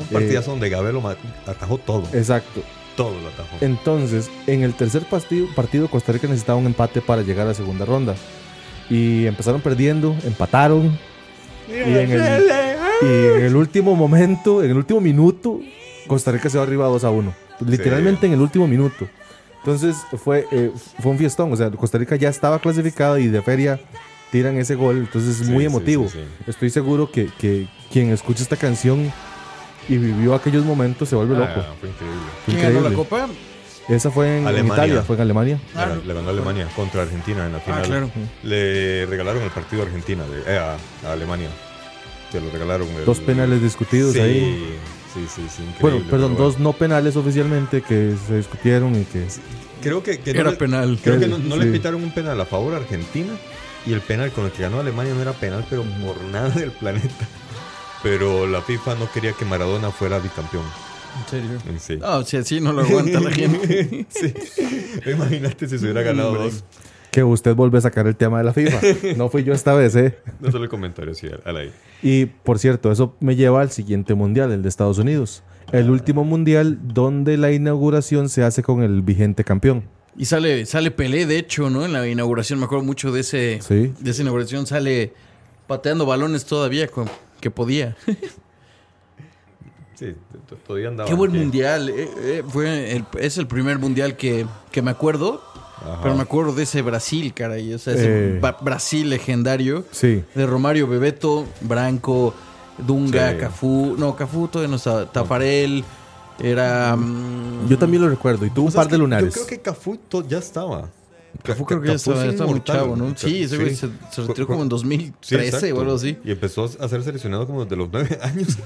Speaker 4: Un partidazo donde Gabelo ma- atajó todo,
Speaker 5: Exacto.
Speaker 4: todo lo atajó.
Speaker 5: Entonces, eh, en el tercer partido, partido Costa Rica necesitaba un empate para llegar a la segunda ronda. Y empezaron perdiendo, empataron. Y en, el, y en el último momento, en el último minuto, Costa Rica se va arriba 2 a 1. Literalmente en el último minuto. Entonces fue, eh, fue un fiestón. O sea, Costa Rica ya estaba clasificada y de feria tiran ese gol. Entonces es
Speaker 4: Sí,
Speaker 5: muy
Speaker 4: sí,
Speaker 5: emotivo.
Speaker 4: sí,
Speaker 5: Estoy seguro que, que quien escucha esta canción y vivió aquellos momentos se vuelve loco.
Speaker 4: Ah, fue increíble.
Speaker 6: ¿Quién ganó la
Speaker 5: Increíble.
Speaker 6: copa?
Speaker 5: Esa fue en, en
Speaker 4: Alemania.
Speaker 5: Italia, fue en Alemania.
Speaker 6: Ah,
Speaker 4: Le-
Speaker 6: no.
Speaker 4: le ganó a Alemania contra Argentina en la final.
Speaker 6: claro.
Speaker 4: Le regalaron el partido a Argentina, de- eh, a, a Alemania. Se lo regalaron. el-
Speaker 5: Dos penales discutidos
Speaker 4: sí,
Speaker 5: ahí.
Speaker 4: Sí, sí, sí. increíble,
Speaker 5: Bueno, perdón,
Speaker 4: pero
Speaker 5: dos no penales oficialmente que se discutieron y que...
Speaker 4: Creo que, que no
Speaker 6: Era
Speaker 4: le-
Speaker 6: penal.
Speaker 4: Creo que no, no le
Speaker 5: Sí.
Speaker 4: pitaron un penal a favor a Argentina. Y el penal con el que ganó Alemania no era penal, pero por nada del planeta. Pero la FIFA no quería que Maradona fuera bicampeón.
Speaker 6: En serio.
Speaker 4: en Sí.
Speaker 6: Ah, o sea, sí, no lo aguanta la gente.
Speaker 4: Sí. Imagínate si se hubiera ganado dos.
Speaker 5: Que usted vuelve a sacar el tema de la FIFA. No fui yo esta vez, ¿eh?
Speaker 4: No solo el comentario, sí, al aire.
Speaker 5: Y por cierto, eso me lleva al siguiente mundial, el de Estados Unidos. El último mundial donde la inauguración se hace con el vigente campeón.
Speaker 6: Y sale, sale Pelé, de hecho, ¿no? En la inauguración, me acuerdo mucho de ese
Speaker 5: Sí.
Speaker 6: de esa inauguración, sale pateando balones todavía con- que podía.
Speaker 4: Sí, t- todavía andaba.
Speaker 6: Qué buen
Speaker 4: aquí.
Speaker 6: mundial. eh, eh, fue el- es el primer mundial que, que me acuerdo.
Speaker 4: Ajá.
Speaker 6: Pero me acuerdo de ese Brasil, caray. O sea, ese
Speaker 5: Eh.
Speaker 6: Ba- Brasil legendario.
Speaker 5: Sí.
Speaker 6: De Romario Bebeto, Branco, Dunga,
Speaker 4: Sí.
Speaker 6: Cafú. No, Cafú todavía no estaba. Tafarel. Era. mm,
Speaker 5: Yo también lo recuerdo y tuvo un
Speaker 4: sea,
Speaker 5: par
Speaker 4: es
Speaker 5: de
Speaker 4: que
Speaker 5: lunares.
Speaker 4: Yo creo que Cafú to- ya estaba.
Speaker 6: Cafú
Speaker 4: Ca-
Speaker 6: creo que ya estaba,
Speaker 4: es
Speaker 6: estaba muy
Speaker 4: inmortal,
Speaker 6: chavo,
Speaker 4: o
Speaker 6: ¿no?
Speaker 4: sea,
Speaker 6: Sí, ese güey se, se
Speaker 4: Fue-
Speaker 6: retiró
Speaker 4: fue-
Speaker 6: como en
Speaker 4: sí,
Speaker 6: 2013
Speaker 4: exacto.
Speaker 6: o algo así.
Speaker 4: Y empezó a ser seleccionado como desde los 9 años.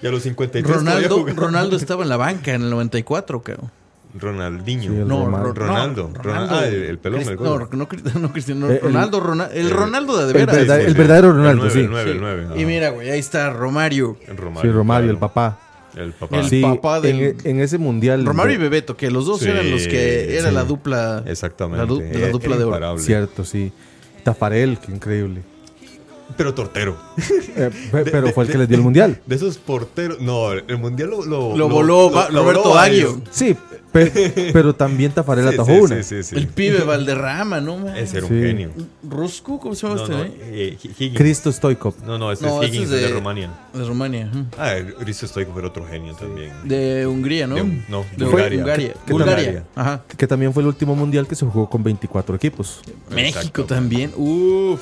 Speaker 4: y a los 53 todavía
Speaker 6: Ronaldo,
Speaker 4: jugaba.
Speaker 6: Ronaldo estaba en la banca en el 94, creo.
Speaker 4: Ronaldinho.
Speaker 5: Sí, el
Speaker 6: No,
Speaker 5: Romario.
Speaker 6: Ro-
Speaker 4: Ronaldo.
Speaker 6: no,
Speaker 4: Ronaldo. Ah, el, el pelón,
Speaker 6: Crist-
Speaker 4: el
Speaker 6: no,
Speaker 4: gol.
Speaker 6: no, Crist- no, Cristiano.
Speaker 5: Eh, el-
Speaker 6: Ronaldo, Rona- el,
Speaker 4: el-
Speaker 6: Ronaldo de, de
Speaker 5: el
Speaker 6: veras.
Speaker 5: verdadero- el verdadero Ronaldo,
Speaker 4: nueve,
Speaker 5: sí.
Speaker 4: El 9,
Speaker 6: Sí.
Speaker 4: el 9.
Speaker 6: Y mira, güey, ahí está Romario.
Speaker 5: Sí, Romario, el papá.
Speaker 4: El papá.
Speaker 6: El-
Speaker 4: Sí,
Speaker 5: Sí,
Speaker 6: papá
Speaker 5: en- e,
Speaker 6: del-
Speaker 5: en, ese mundial.
Speaker 6: Romario y Bebeto, que los dos
Speaker 4: Sí,
Speaker 6: eran los que era
Speaker 4: sí.
Speaker 6: la dupla.
Speaker 4: Exactamente.
Speaker 6: La, du- la
Speaker 4: Era-
Speaker 6: dupla
Speaker 4: era
Speaker 6: de oro.
Speaker 4: imparable.
Speaker 5: Cierto, sí. Tafarel, qué increíble.
Speaker 4: Pero tortero.
Speaker 5: Eh, pe-
Speaker 4: De-
Speaker 5: pero
Speaker 4: de-
Speaker 5: fue el que
Speaker 4: de-
Speaker 5: les dio el mundial.
Speaker 4: De esos porteros. No, el mundial lo. Lo,
Speaker 6: Lo voló Va- Roberto
Speaker 4: Baggio.
Speaker 6: Baggio.
Speaker 5: Sí, Pe- pero también Tafarel
Speaker 4: Sí,
Speaker 5: atajó
Speaker 4: sí,
Speaker 5: una.
Speaker 4: sí, sí, sí.
Speaker 6: El pibe Valderrama, ¿no? man?
Speaker 4: Ese era un
Speaker 5: Sí.
Speaker 4: genio.
Speaker 6: ¿Rusco? ¿Cómo se llama
Speaker 4: No,
Speaker 6: este?
Speaker 4: no,
Speaker 6: eh?
Speaker 4: eh, Hi- Higgins.
Speaker 5: Cristo Stoikov.
Speaker 4: No, no, ese
Speaker 6: No,
Speaker 4: es
Speaker 6: ese
Speaker 4: Higgins,
Speaker 6: es
Speaker 4: el de
Speaker 6: de-
Speaker 4: Rumania.
Speaker 6: De Rumania. ajá.
Speaker 4: Ah, Risto Stoico era otro genio también.
Speaker 6: De Hungría, ¿no?
Speaker 4: De- no,
Speaker 6: de
Speaker 4: Bulgaria.
Speaker 6: Bulgaria.
Speaker 4: ¿Qué-
Speaker 6: Bulgaria.
Speaker 4: Bulgaria.
Speaker 6: Ajá.
Speaker 5: Que también fue el último mundial que se jugó con 24 equipos.
Speaker 6: México
Speaker 4: Exacto.
Speaker 6: también. Uf.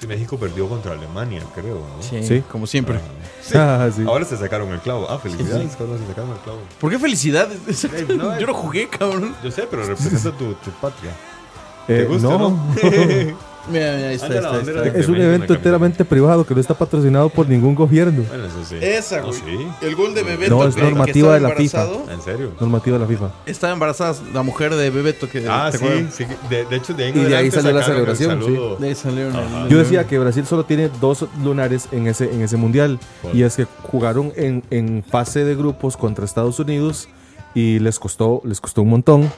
Speaker 4: Sí, México perdió contra Alemania, creo. ¿no?
Speaker 5: Sí.
Speaker 6: Como siempre.
Speaker 4: Sí.
Speaker 5: Ah, sí.
Speaker 4: Ahora se sacaron el clavo. Ah, felicidades, cabrón, se sacaron el clavo.
Speaker 6: ¿Por qué felicidad?
Speaker 4: no,
Speaker 6: Yo no jugué, cabrón.
Speaker 4: Yo sé, pero representa tu, tu patria.
Speaker 5: Eh,
Speaker 4: ¿Te gusta, no?
Speaker 6: Mira, mira, ahí está,
Speaker 4: Anda
Speaker 6: ahí está,
Speaker 4: la
Speaker 6: ahí
Speaker 4: bandera
Speaker 6: está.
Speaker 4: de-
Speaker 5: Es un evento enteramente privado que no está patrocinado por ningún gobierno.
Speaker 4: bueno, eso sí.
Speaker 6: Esa,
Speaker 4: No,
Speaker 6: güey.
Speaker 4: sí.
Speaker 6: El gol de Bebeto.
Speaker 5: No, es
Speaker 6: que- que estaba
Speaker 5: normativa de la FIFA.
Speaker 6: embarazado.
Speaker 4: ¿En serio?
Speaker 5: Normativa de la FIFA.
Speaker 6: Estaba embarazada la mujer de Bebeto. Que,
Speaker 4: Ah,
Speaker 6: eh, ¿te
Speaker 4: sí,
Speaker 6: acuerdas?
Speaker 4: sí. De, de hecho, de ahí en
Speaker 5: Y de ahí
Speaker 4: adelante
Speaker 5: salió la
Speaker 4: sacaron el
Speaker 5: celebración, sí.
Speaker 4: saludo.
Speaker 6: De ahí salieron.
Speaker 4: Ajá.
Speaker 6: el-
Speaker 5: Yo decía que Brasil solo tiene dos lunares en ese, en ese mundial.
Speaker 4: ¿Cuál?
Speaker 5: Y es que jugaron en, en fase de grupos contra Estados Unidos y les costó, les costó un montón.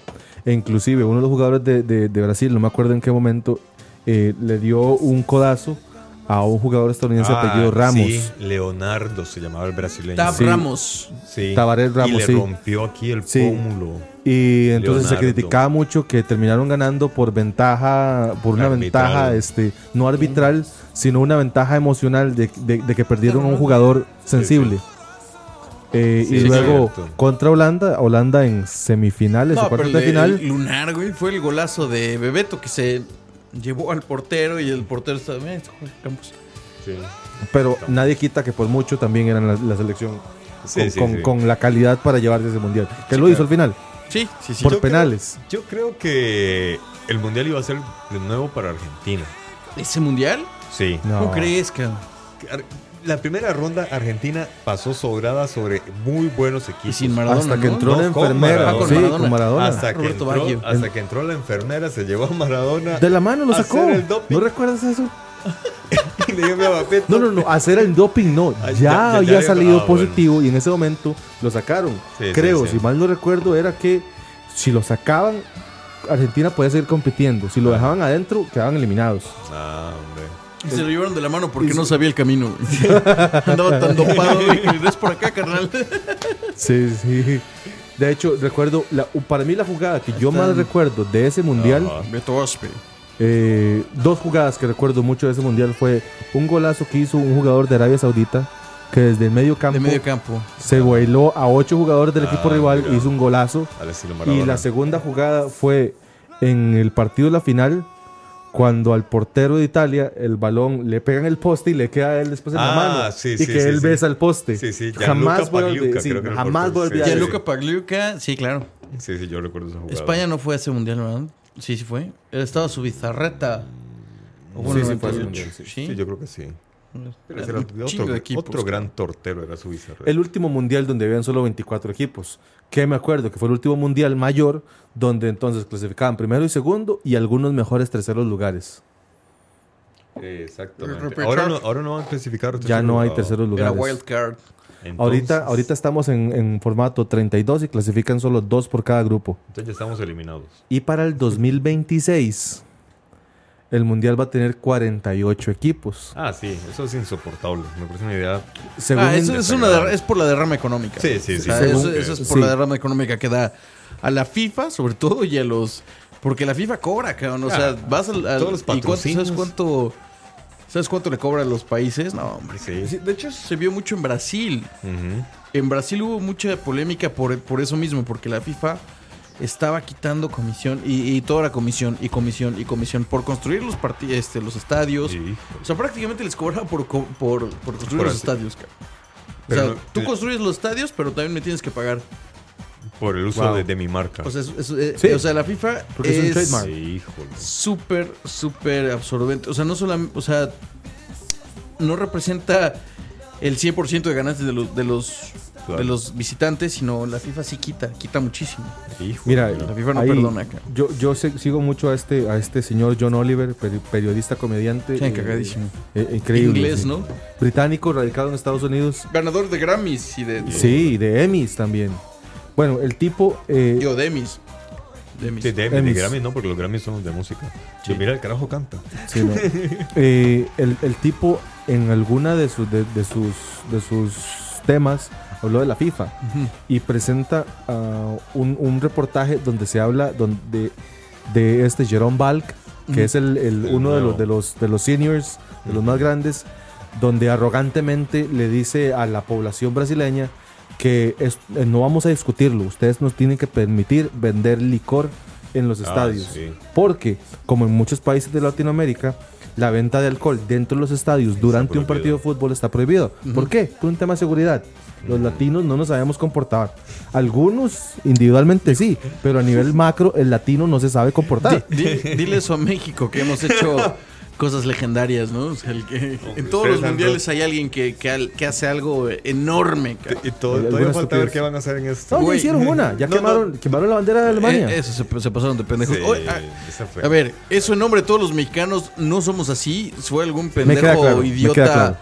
Speaker 5: E inclusive uno de los jugadores de, de- de Brasil, no me acuerdo en qué momento, eh, le dio un codazo a un jugador estadounidense
Speaker 4: Ah,
Speaker 5: apellido Ramos.
Speaker 4: Sí, Leonardo se llamaba el brasileño.
Speaker 6: Tab
Speaker 4: Sí,
Speaker 6: Ramos.
Speaker 4: sí.
Speaker 5: Tabaré
Speaker 4: Y
Speaker 5: Ramos,
Speaker 4: le
Speaker 5: sí.
Speaker 4: rompió aquí el
Speaker 5: Sí.
Speaker 4: pómulo.
Speaker 5: Y entonces se
Speaker 4: Leonardo.
Speaker 5: criticaba mucho que terminaron ganando por ventaja, por una
Speaker 4: Arbitral.
Speaker 5: ventaja este, no arbitral, sino una ventaja emocional de, de- de que perdieron a un jugador sensible. Eh,
Speaker 4: Sí,
Speaker 5: y
Speaker 4: sí,
Speaker 5: luego
Speaker 4: cierto.
Speaker 5: contra Holanda, Holanda en semifinales o
Speaker 6: No, pero el,
Speaker 5: cuartos de
Speaker 6: de-
Speaker 5: final.
Speaker 6: el lunar, güey, fue el golazo de Bebeto que se llevó al portero y el portero estaba. "Mira, este Juan Campos".
Speaker 4: Sí.
Speaker 5: pero nadie quita que por mucho también eran la, la selección
Speaker 4: Sí,
Speaker 5: con,
Speaker 4: sí,
Speaker 5: con-
Speaker 4: sí.
Speaker 5: con la calidad para llevarse ese mundial. Que
Speaker 6: Sí,
Speaker 5: lo
Speaker 6: claro.
Speaker 5: hizo al final,
Speaker 6: Sí, sí, sí.
Speaker 5: por
Speaker 4: yo creo-
Speaker 5: penales.
Speaker 4: Yo creo que el mundial iba a ser de nuevo para Argentina.
Speaker 6: ¿Ese mundial?
Speaker 4: Sí.
Speaker 5: No.
Speaker 6: ¿Cómo crees, cabrón?
Speaker 4: Ar- La primera ronda Argentina pasó sobrada sobre muy buenos
Speaker 6: Y
Speaker 4: equipos.
Speaker 6: sin Maradona.
Speaker 5: hasta que
Speaker 6: ¿no?
Speaker 5: entró
Speaker 4: No,
Speaker 5: la
Speaker 4: con
Speaker 5: enfermera,
Speaker 4: Maradona.
Speaker 5: sí,
Speaker 6: Con Maradona.
Speaker 5: con Maradona.
Speaker 4: hasta, que
Speaker 6: Roberto
Speaker 4: entró,
Speaker 6: Baggio.
Speaker 4: hasta que entró la enfermera, se llevó a Maradona.
Speaker 5: De la mano lo
Speaker 4: Hacer
Speaker 5: sacó.
Speaker 4: el doping.
Speaker 5: ¿No recuerdas eso?
Speaker 4: y le dio mi papito.
Speaker 5: No, no, no, hacer el doping no. Ya,
Speaker 4: Ah, ya- ya- ya
Speaker 5: había
Speaker 4: había-
Speaker 5: salido
Speaker 4: ah,
Speaker 5: positivo y en ese momento lo sacaron.
Speaker 4: Sí,
Speaker 5: Creo,
Speaker 4: sí, sí.
Speaker 5: si mal no recuerdo, era que si lo sacaban, Argentina podía seguir compitiendo. Si lo dejaban adentro, quedaban eliminados.
Speaker 4: Ah, hombre.
Speaker 6: Y se lo llevaron de la mano porque no sabía el camino. güey. Andaba tan dopado. güey, que "Ves por acá, carnal.
Speaker 5: Sí, sí. De hecho, recuerdo, la- para mí la jugada que yo más
Speaker 6: están.
Speaker 5: recuerdo de ese mundial,
Speaker 4: Ajá.
Speaker 6: Beto Aspe.
Speaker 5: eh, dos jugadas que recuerdo mucho de ese mundial fue un golazo que hizo un jugador de Arabia Saudita que desde el medio campo,
Speaker 6: De medio campo.
Speaker 5: se bailó a ocho jugadores del
Speaker 4: Ah,
Speaker 5: equipo rival
Speaker 4: mira.
Speaker 5: hizo un golazo.
Speaker 4: Al estilo
Speaker 5: Y
Speaker 4: Maradona.
Speaker 5: la segunda jugada fue en el partido de la final, cuando al portero de Italia el balón le pega en el poste y le queda a él después en la
Speaker 4: Ah,
Speaker 5: mano.
Speaker 4: sí,
Speaker 5: y
Speaker 4: sí,
Speaker 5: que
Speaker 4: sí,
Speaker 5: él
Speaker 4: sí.
Speaker 5: besa el poste.
Speaker 4: Sí, sí, Gianluca
Speaker 5: jamás voy a
Speaker 4: Pagliuca,
Speaker 5: olvidar- sí,
Speaker 4: creo que era el
Speaker 5: jamás voy a
Speaker 4: portero, sí,
Speaker 5: olvidar.
Speaker 4: sí.
Speaker 5: eso.
Speaker 6: Gianluca Pagliuca. Sí, claro.
Speaker 4: Sí, sí, yo recuerdo esa jugada.
Speaker 6: España no fue a ese mundial, ¿verdad? Sí, sí fue. Él estaba su bizarreta. O
Speaker 5: Sí,
Speaker 6: bueno,
Speaker 5: sí, fue a ese
Speaker 6: 98,
Speaker 5: mundial,
Speaker 4: Sí, yo creo que sí. Pero ese era
Speaker 6: un chingo
Speaker 4: otro,
Speaker 6: de equipos,
Speaker 4: otro
Speaker 6: cara.
Speaker 4: gran tortero, era su bizarro.
Speaker 5: El último mundial donde habían solo 24 equipos. Que me acuerdo que fue el último mundial mayor donde entonces clasificaban primero y segundo y algunos mejores terceros lugares.
Speaker 4: Exactamente. Ahora no, ahora no van a clasificar.
Speaker 5: Ya no hay
Speaker 4: tercero.
Speaker 5: terceros
Speaker 6: Era
Speaker 5: lugares.
Speaker 6: wild card.
Speaker 5: ahorita, ahorita estamos en, en formato 32 y clasifican solo dos por cada grupo.
Speaker 4: Entonces ya estamos eliminados.
Speaker 5: Y para el 2026, el Mundial va a tener 48 equipos.
Speaker 4: Ah, sí, eso es insoportable. Me parece una idea.
Speaker 5: Según
Speaker 6: Ah, eso
Speaker 5: en-
Speaker 6: es, una derra- es por la derrama económica.
Speaker 4: Sí, sí,
Speaker 6: O
Speaker 4: sí,
Speaker 6: sea,
Speaker 4: según
Speaker 6: eso,
Speaker 4: que-
Speaker 6: eso es por
Speaker 5: sí.
Speaker 6: la derrama económica que da a la FIFA, sobre todo, y a los. Porque la FIFA cobra, cabrón. O sea,
Speaker 4: Ah,
Speaker 6: vas al. al-
Speaker 4: todos los
Speaker 6: ¿y cuánto-
Speaker 4: patrocinios.
Speaker 6: ¿Sabes cuánto? ¿Sabes cuánto le cobra a los países? No, hombre.
Speaker 4: Sí.
Speaker 6: Sí, De hecho, eso se vio mucho en Brasil.
Speaker 4: Ujú.
Speaker 6: En Brasil hubo mucha polémica por, por eso mismo, porque la FIFA estaba quitando comisión y, y toda la comisión y comisión y comisión por construir los parti- este, los estadios.
Speaker 4: Sí.
Speaker 6: O sea, prácticamente les cobraba por, co- por, por construir
Speaker 4: Por
Speaker 6: los
Speaker 4: así.
Speaker 6: estadios, cabrón. O
Speaker 4: Pero
Speaker 6: sea,
Speaker 4: no-
Speaker 6: tú
Speaker 4: eh,
Speaker 6: construyes los estadios, pero también me tienes que pagar.
Speaker 4: Por el uso
Speaker 5: Wow.
Speaker 4: de, de mi marca.
Speaker 6: O sea, es- es- eh,
Speaker 5: Sí.
Speaker 6: o sea la FIFA
Speaker 5: Porque es un trademark.
Speaker 4: Sí, híjole.
Speaker 6: súper, súper absorbente. O sea, no solamente, o sea, no representa el 100% de ganancias de los, de los,
Speaker 4: Claro.
Speaker 6: de los visitantes, sino la FIFA sí quita, quita muchísimo.
Speaker 4: Híjole.
Speaker 5: Mira,
Speaker 6: La FIFA no
Speaker 5: ahí-
Speaker 6: perdona, cara.
Speaker 5: Yo, yo se- sigo mucho a este, a este señor John Oliver, peri- periodista, comediante.
Speaker 6: Sí, cagadísimo.
Speaker 5: eh, increíble.
Speaker 6: Inglés,
Speaker 5: sí.
Speaker 6: ¿no?
Speaker 5: Británico, radicado en Estados Unidos.
Speaker 6: Ganador de Grammys y de.
Speaker 5: Sí, y de Emmys también. Bueno, el tipo. eh,
Speaker 6: Digo, de Emmys. De Emmys.
Speaker 4: Sí, de, de
Speaker 5: Emmys.
Speaker 4: Grammy no, porque los Grammys son los de música. Yo, mira, el carajo canta.
Speaker 5: Sí, no. Eh, el, el tipo en alguna de, sus de, de sus de sus temas habló de la FIFA y presenta ah, un, un reportaje donde se habla donde, de este Jerome Balk, que es el, el-
Speaker 4: El
Speaker 5: uno de
Speaker 4: nuevo.
Speaker 5: los, de, los, de los seniors, de los más grandes, donde arrogantemente le dice a la población brasileña que es- eh, no vamos a discutirlo, ustedes nos tienen que permitir vender licor en los
Speaker 4: Ah,
Speaker 5: estadios.
Speaker 4: sí.
Speaker 5: Porque, como en muchos países de Latinoamérica, la venta de alcohol dentro de los estadios durante un partido
Speaker 4: prohibido.
Speaker 5: de fútbol está prohibido. ¿Por qué? Por un tema de seguridad. Los latinos no nos sabemos comportar. Algunos individualmente sí, pero a nivel macro el latino no se sabe comportar.
Speaker 6: Ah, Di- dile eso a México, que hemos hecho cosas legendarias, ¿no? O sea, el que- en todos los
Speaker 4: Ustedes han-
Speaker 6: mundiales hay alguien que, que al- que hace algo enorme. cabrón.
Speaker 4: Y todo,
Speaker 5: Hay
Speaker 4: todavía
Speaker 5: alguna
Speaker 4: falta ver
Speaker 5: estupidez.
Speaker 4: qué van a hacer en esto.
Speaker 5: No, ya
Speaker 6: Güey.
Speaker 5: hicieron una. Ya
Speaker 4: No, no.
Speaker 5: quemaron, quemaron la bandera de Alemania.
Speaker 6: Eh, eso se, se pasaron de pendejos.
Speaker 4: Sí,
Speaker 6: Oye, ah,
Speaker 4: esa fue.
Speaker 6: a ver, eso en nombre de todos los mexicanos, no somos así. Fue algún
Speaker 5: queda
Speaker 6: pendejo
Speaker 5: claro, me
Speaker 6: idiota
Speaker 5: queda claro.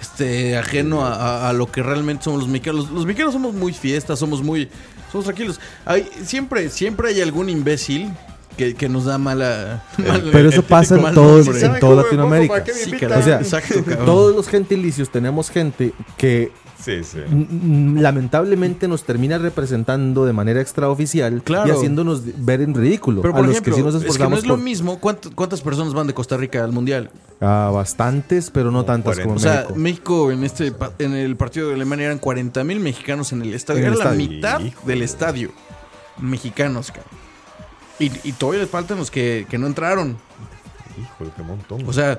Speaker 6: este, ajeno a, a- a lo que realmente somos los mexicanos. Los, los mexicanos somos muy fiestas, somos muy. Somos tranquilos. Hay, siempre, siempre hay algún imbécil que, que nos da mala. mal-
Speaker 5: Pero eso
Speaker 6: el
Speaker 5: pasa en
Speaker 6: típico mal
Speaker 5: todos-
Speaker 6: nombre.
Speaker 5: en
Speaker 4: ¿Saben
Speaker 5: toda
Speaker 4: cómo me pongo?
Speaker 5: Latinoamérica.
Speaker 4: pues, ¿Para qué me
Speaker 6: Sí,
Speaker 4: invitan?
Speaker 6: cabrón.
Speaker 5: O sea,
Speaker 6: Exacto, cabrón.
Speaker 5: Todos los gentilicios tenemos gente que
Speaker 4: sí, sí.
Speaker 5: mm, lamentablemente nos termina representando de manera extraoficial
Speaker 6: Claro.
Speaker 5: y haciéndonos ver en ridículo.
Speaker 6: Pero
Speaker 5: a
Speaker 6: por
Speaker 5: los
Speaker 6: ejemplo,
Speaker 5: que sí nos
Speaker 6: es que
Speaker 5: esforzamos
Speaker 6: no es lo
Speaker 5: por-
Speaker 6: mismo. ¿Cuánto- ¿Cuántas personas van de Costa Rica al mundial?
Speaker 5: Ah, bastantes, pero no tantas
Speaker 4: 40.
Speaker 5: como
Speaker 6: O sea,
Speaker 5: México.
Speaker 6: México en este pa- en el partido de Alemania eran 40 mil mexicanos en el estadio.
Speaker 5: En el
Speaker 6: Era la
Speaker 5: estadio.
Speaker 6: mitad
Speaker 4: Híjole.
Speaker 6: del estadio. Mexicanos, cabrón. Y, y todavía les faltan los que, que no entraron.
Speaker 4: Híjole, qué montón.
Speaker 6: O sea,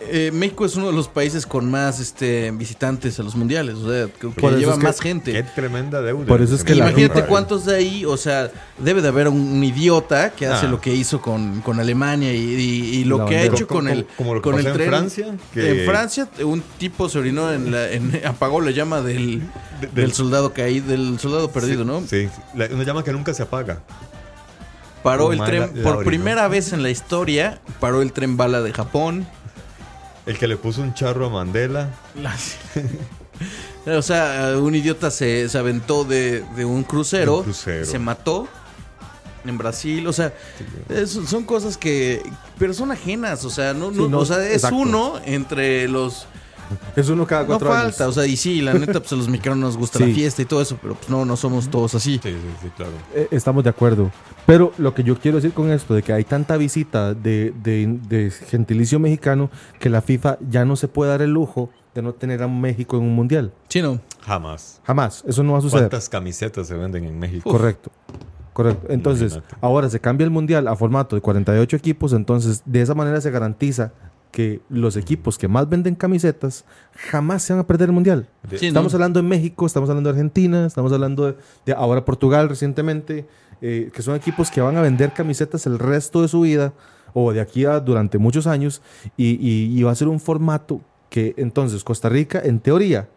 Speaker 6: eh, México es uno de los países con más este, visitantes a los mundiales. O sea, que, que
Speaker 5: Por eso
Speaker 6: lleva
Speaker 5: es que-
Speaker 6: más
Speaker 4: qué
Speaker 6: gente.
Speaker 4: tremenda deuda.
Speaker 5: Por eso es que la
Speaker 6: Imagínate
Speaker 5: FIFA-
Speaker 6: cuántos de ahí, o sea, debe de haber un, idiota que hace
Speaker 4: Ah.
Speaker 6: lo que hizo con, con Alemania y, y- y lo
Speaker 5: La
Speaker 6: que ha
Speaker 5: bandera.
Speaker 6: hecho
Speaker 4: Como-
Speaker 6: con el,
Speaker 4: como lo que
Speaker 6: con el
Speaker 4: pasó en
Speaker 6: tren.
Speaker 4: Francia, que-
Speaker 6: En Francia, un tipo se orinó en la, en- apagó la llama del,
Speaker 4: De-
Speaker 6: del
Speaker 4: del-
Speaker 6: soldado caído, del soldado perdido, ¿no?
Speaker 4: Sí, sí. La- una llama que nunca se apaga.
Speaker 6: Paró el
Speaker 4: Omar
Speaker 6: tren,
Speaker 4: la- la
Speaker 6: por
Speaker 4: orinó.
Speaker 6: primera vez en la historia, paró el tren bala de Japón.
Speaker 4: El que le puso un charro a Mandela.
Speaker 6: Las- o sea, un idiota se, se aventó de, de un crucero,
Speaker 4: De un crucero.
Speaker 6: se mató en Brasil. O sea, es- son cosas que. Pero son ajenas. O sea, no,
Speaker 5: Sí,
Speaker 6: no-
Speaker 5: no,
Speaker 6: o sea es
Speaker 5: exacto.
Speaker 6: uno entre los.
Speaker 5: Es uno cada
Speaker 6: No
Speaker 5: cuatro años.
Speaker 6: falta. O sea, y sí, la neta, pues a los mexicanos nos gusta la
Speaker 5: Sí.
Speaker 6: fiesta y todo eso, pero pues no, no somos todos así.
Speaker 4: Sí, sí, sí, claro.
Speaker 5: Eh, Estamos de acuerdo. Pero lo que yo quiero decir con esto, de que hay tanta visita de, de- de gentilicio mexicano, que la FIFA ya no se puede dar el lujo de no tener a México en un mundial.
Speaker 6: Chino.
Speaker 4: Jamás.
Speaker 5: Jamás. Eso no va a suceder.
Speaker 4: ¿Cuántas camisetas se venden en México?
Speaker 5: Correcto. Correcto. Entonces,
Speaker 4: Imagínate.
Speaker 5: ahora se cambia el mundial a formato de 48 equipos. Entonces, de esa manera se garantiza que los equipos que más venden camisetas jamás se van a perder el mundial.
Speaker 4: De-
Speaker 6: Sí,
Speaker 5: estamos
Speaker 6: ¿no?
Speaker 5: hablando de México, estamos hablando de Argentina, estamos hablando de, de ahora Portugal recientemente, eh, que son equipos que van a vender camisetas el resto de su vida o de aquí a durante muchos años y, y- y va a ser un formato que entonces Costa Rica, en teoría,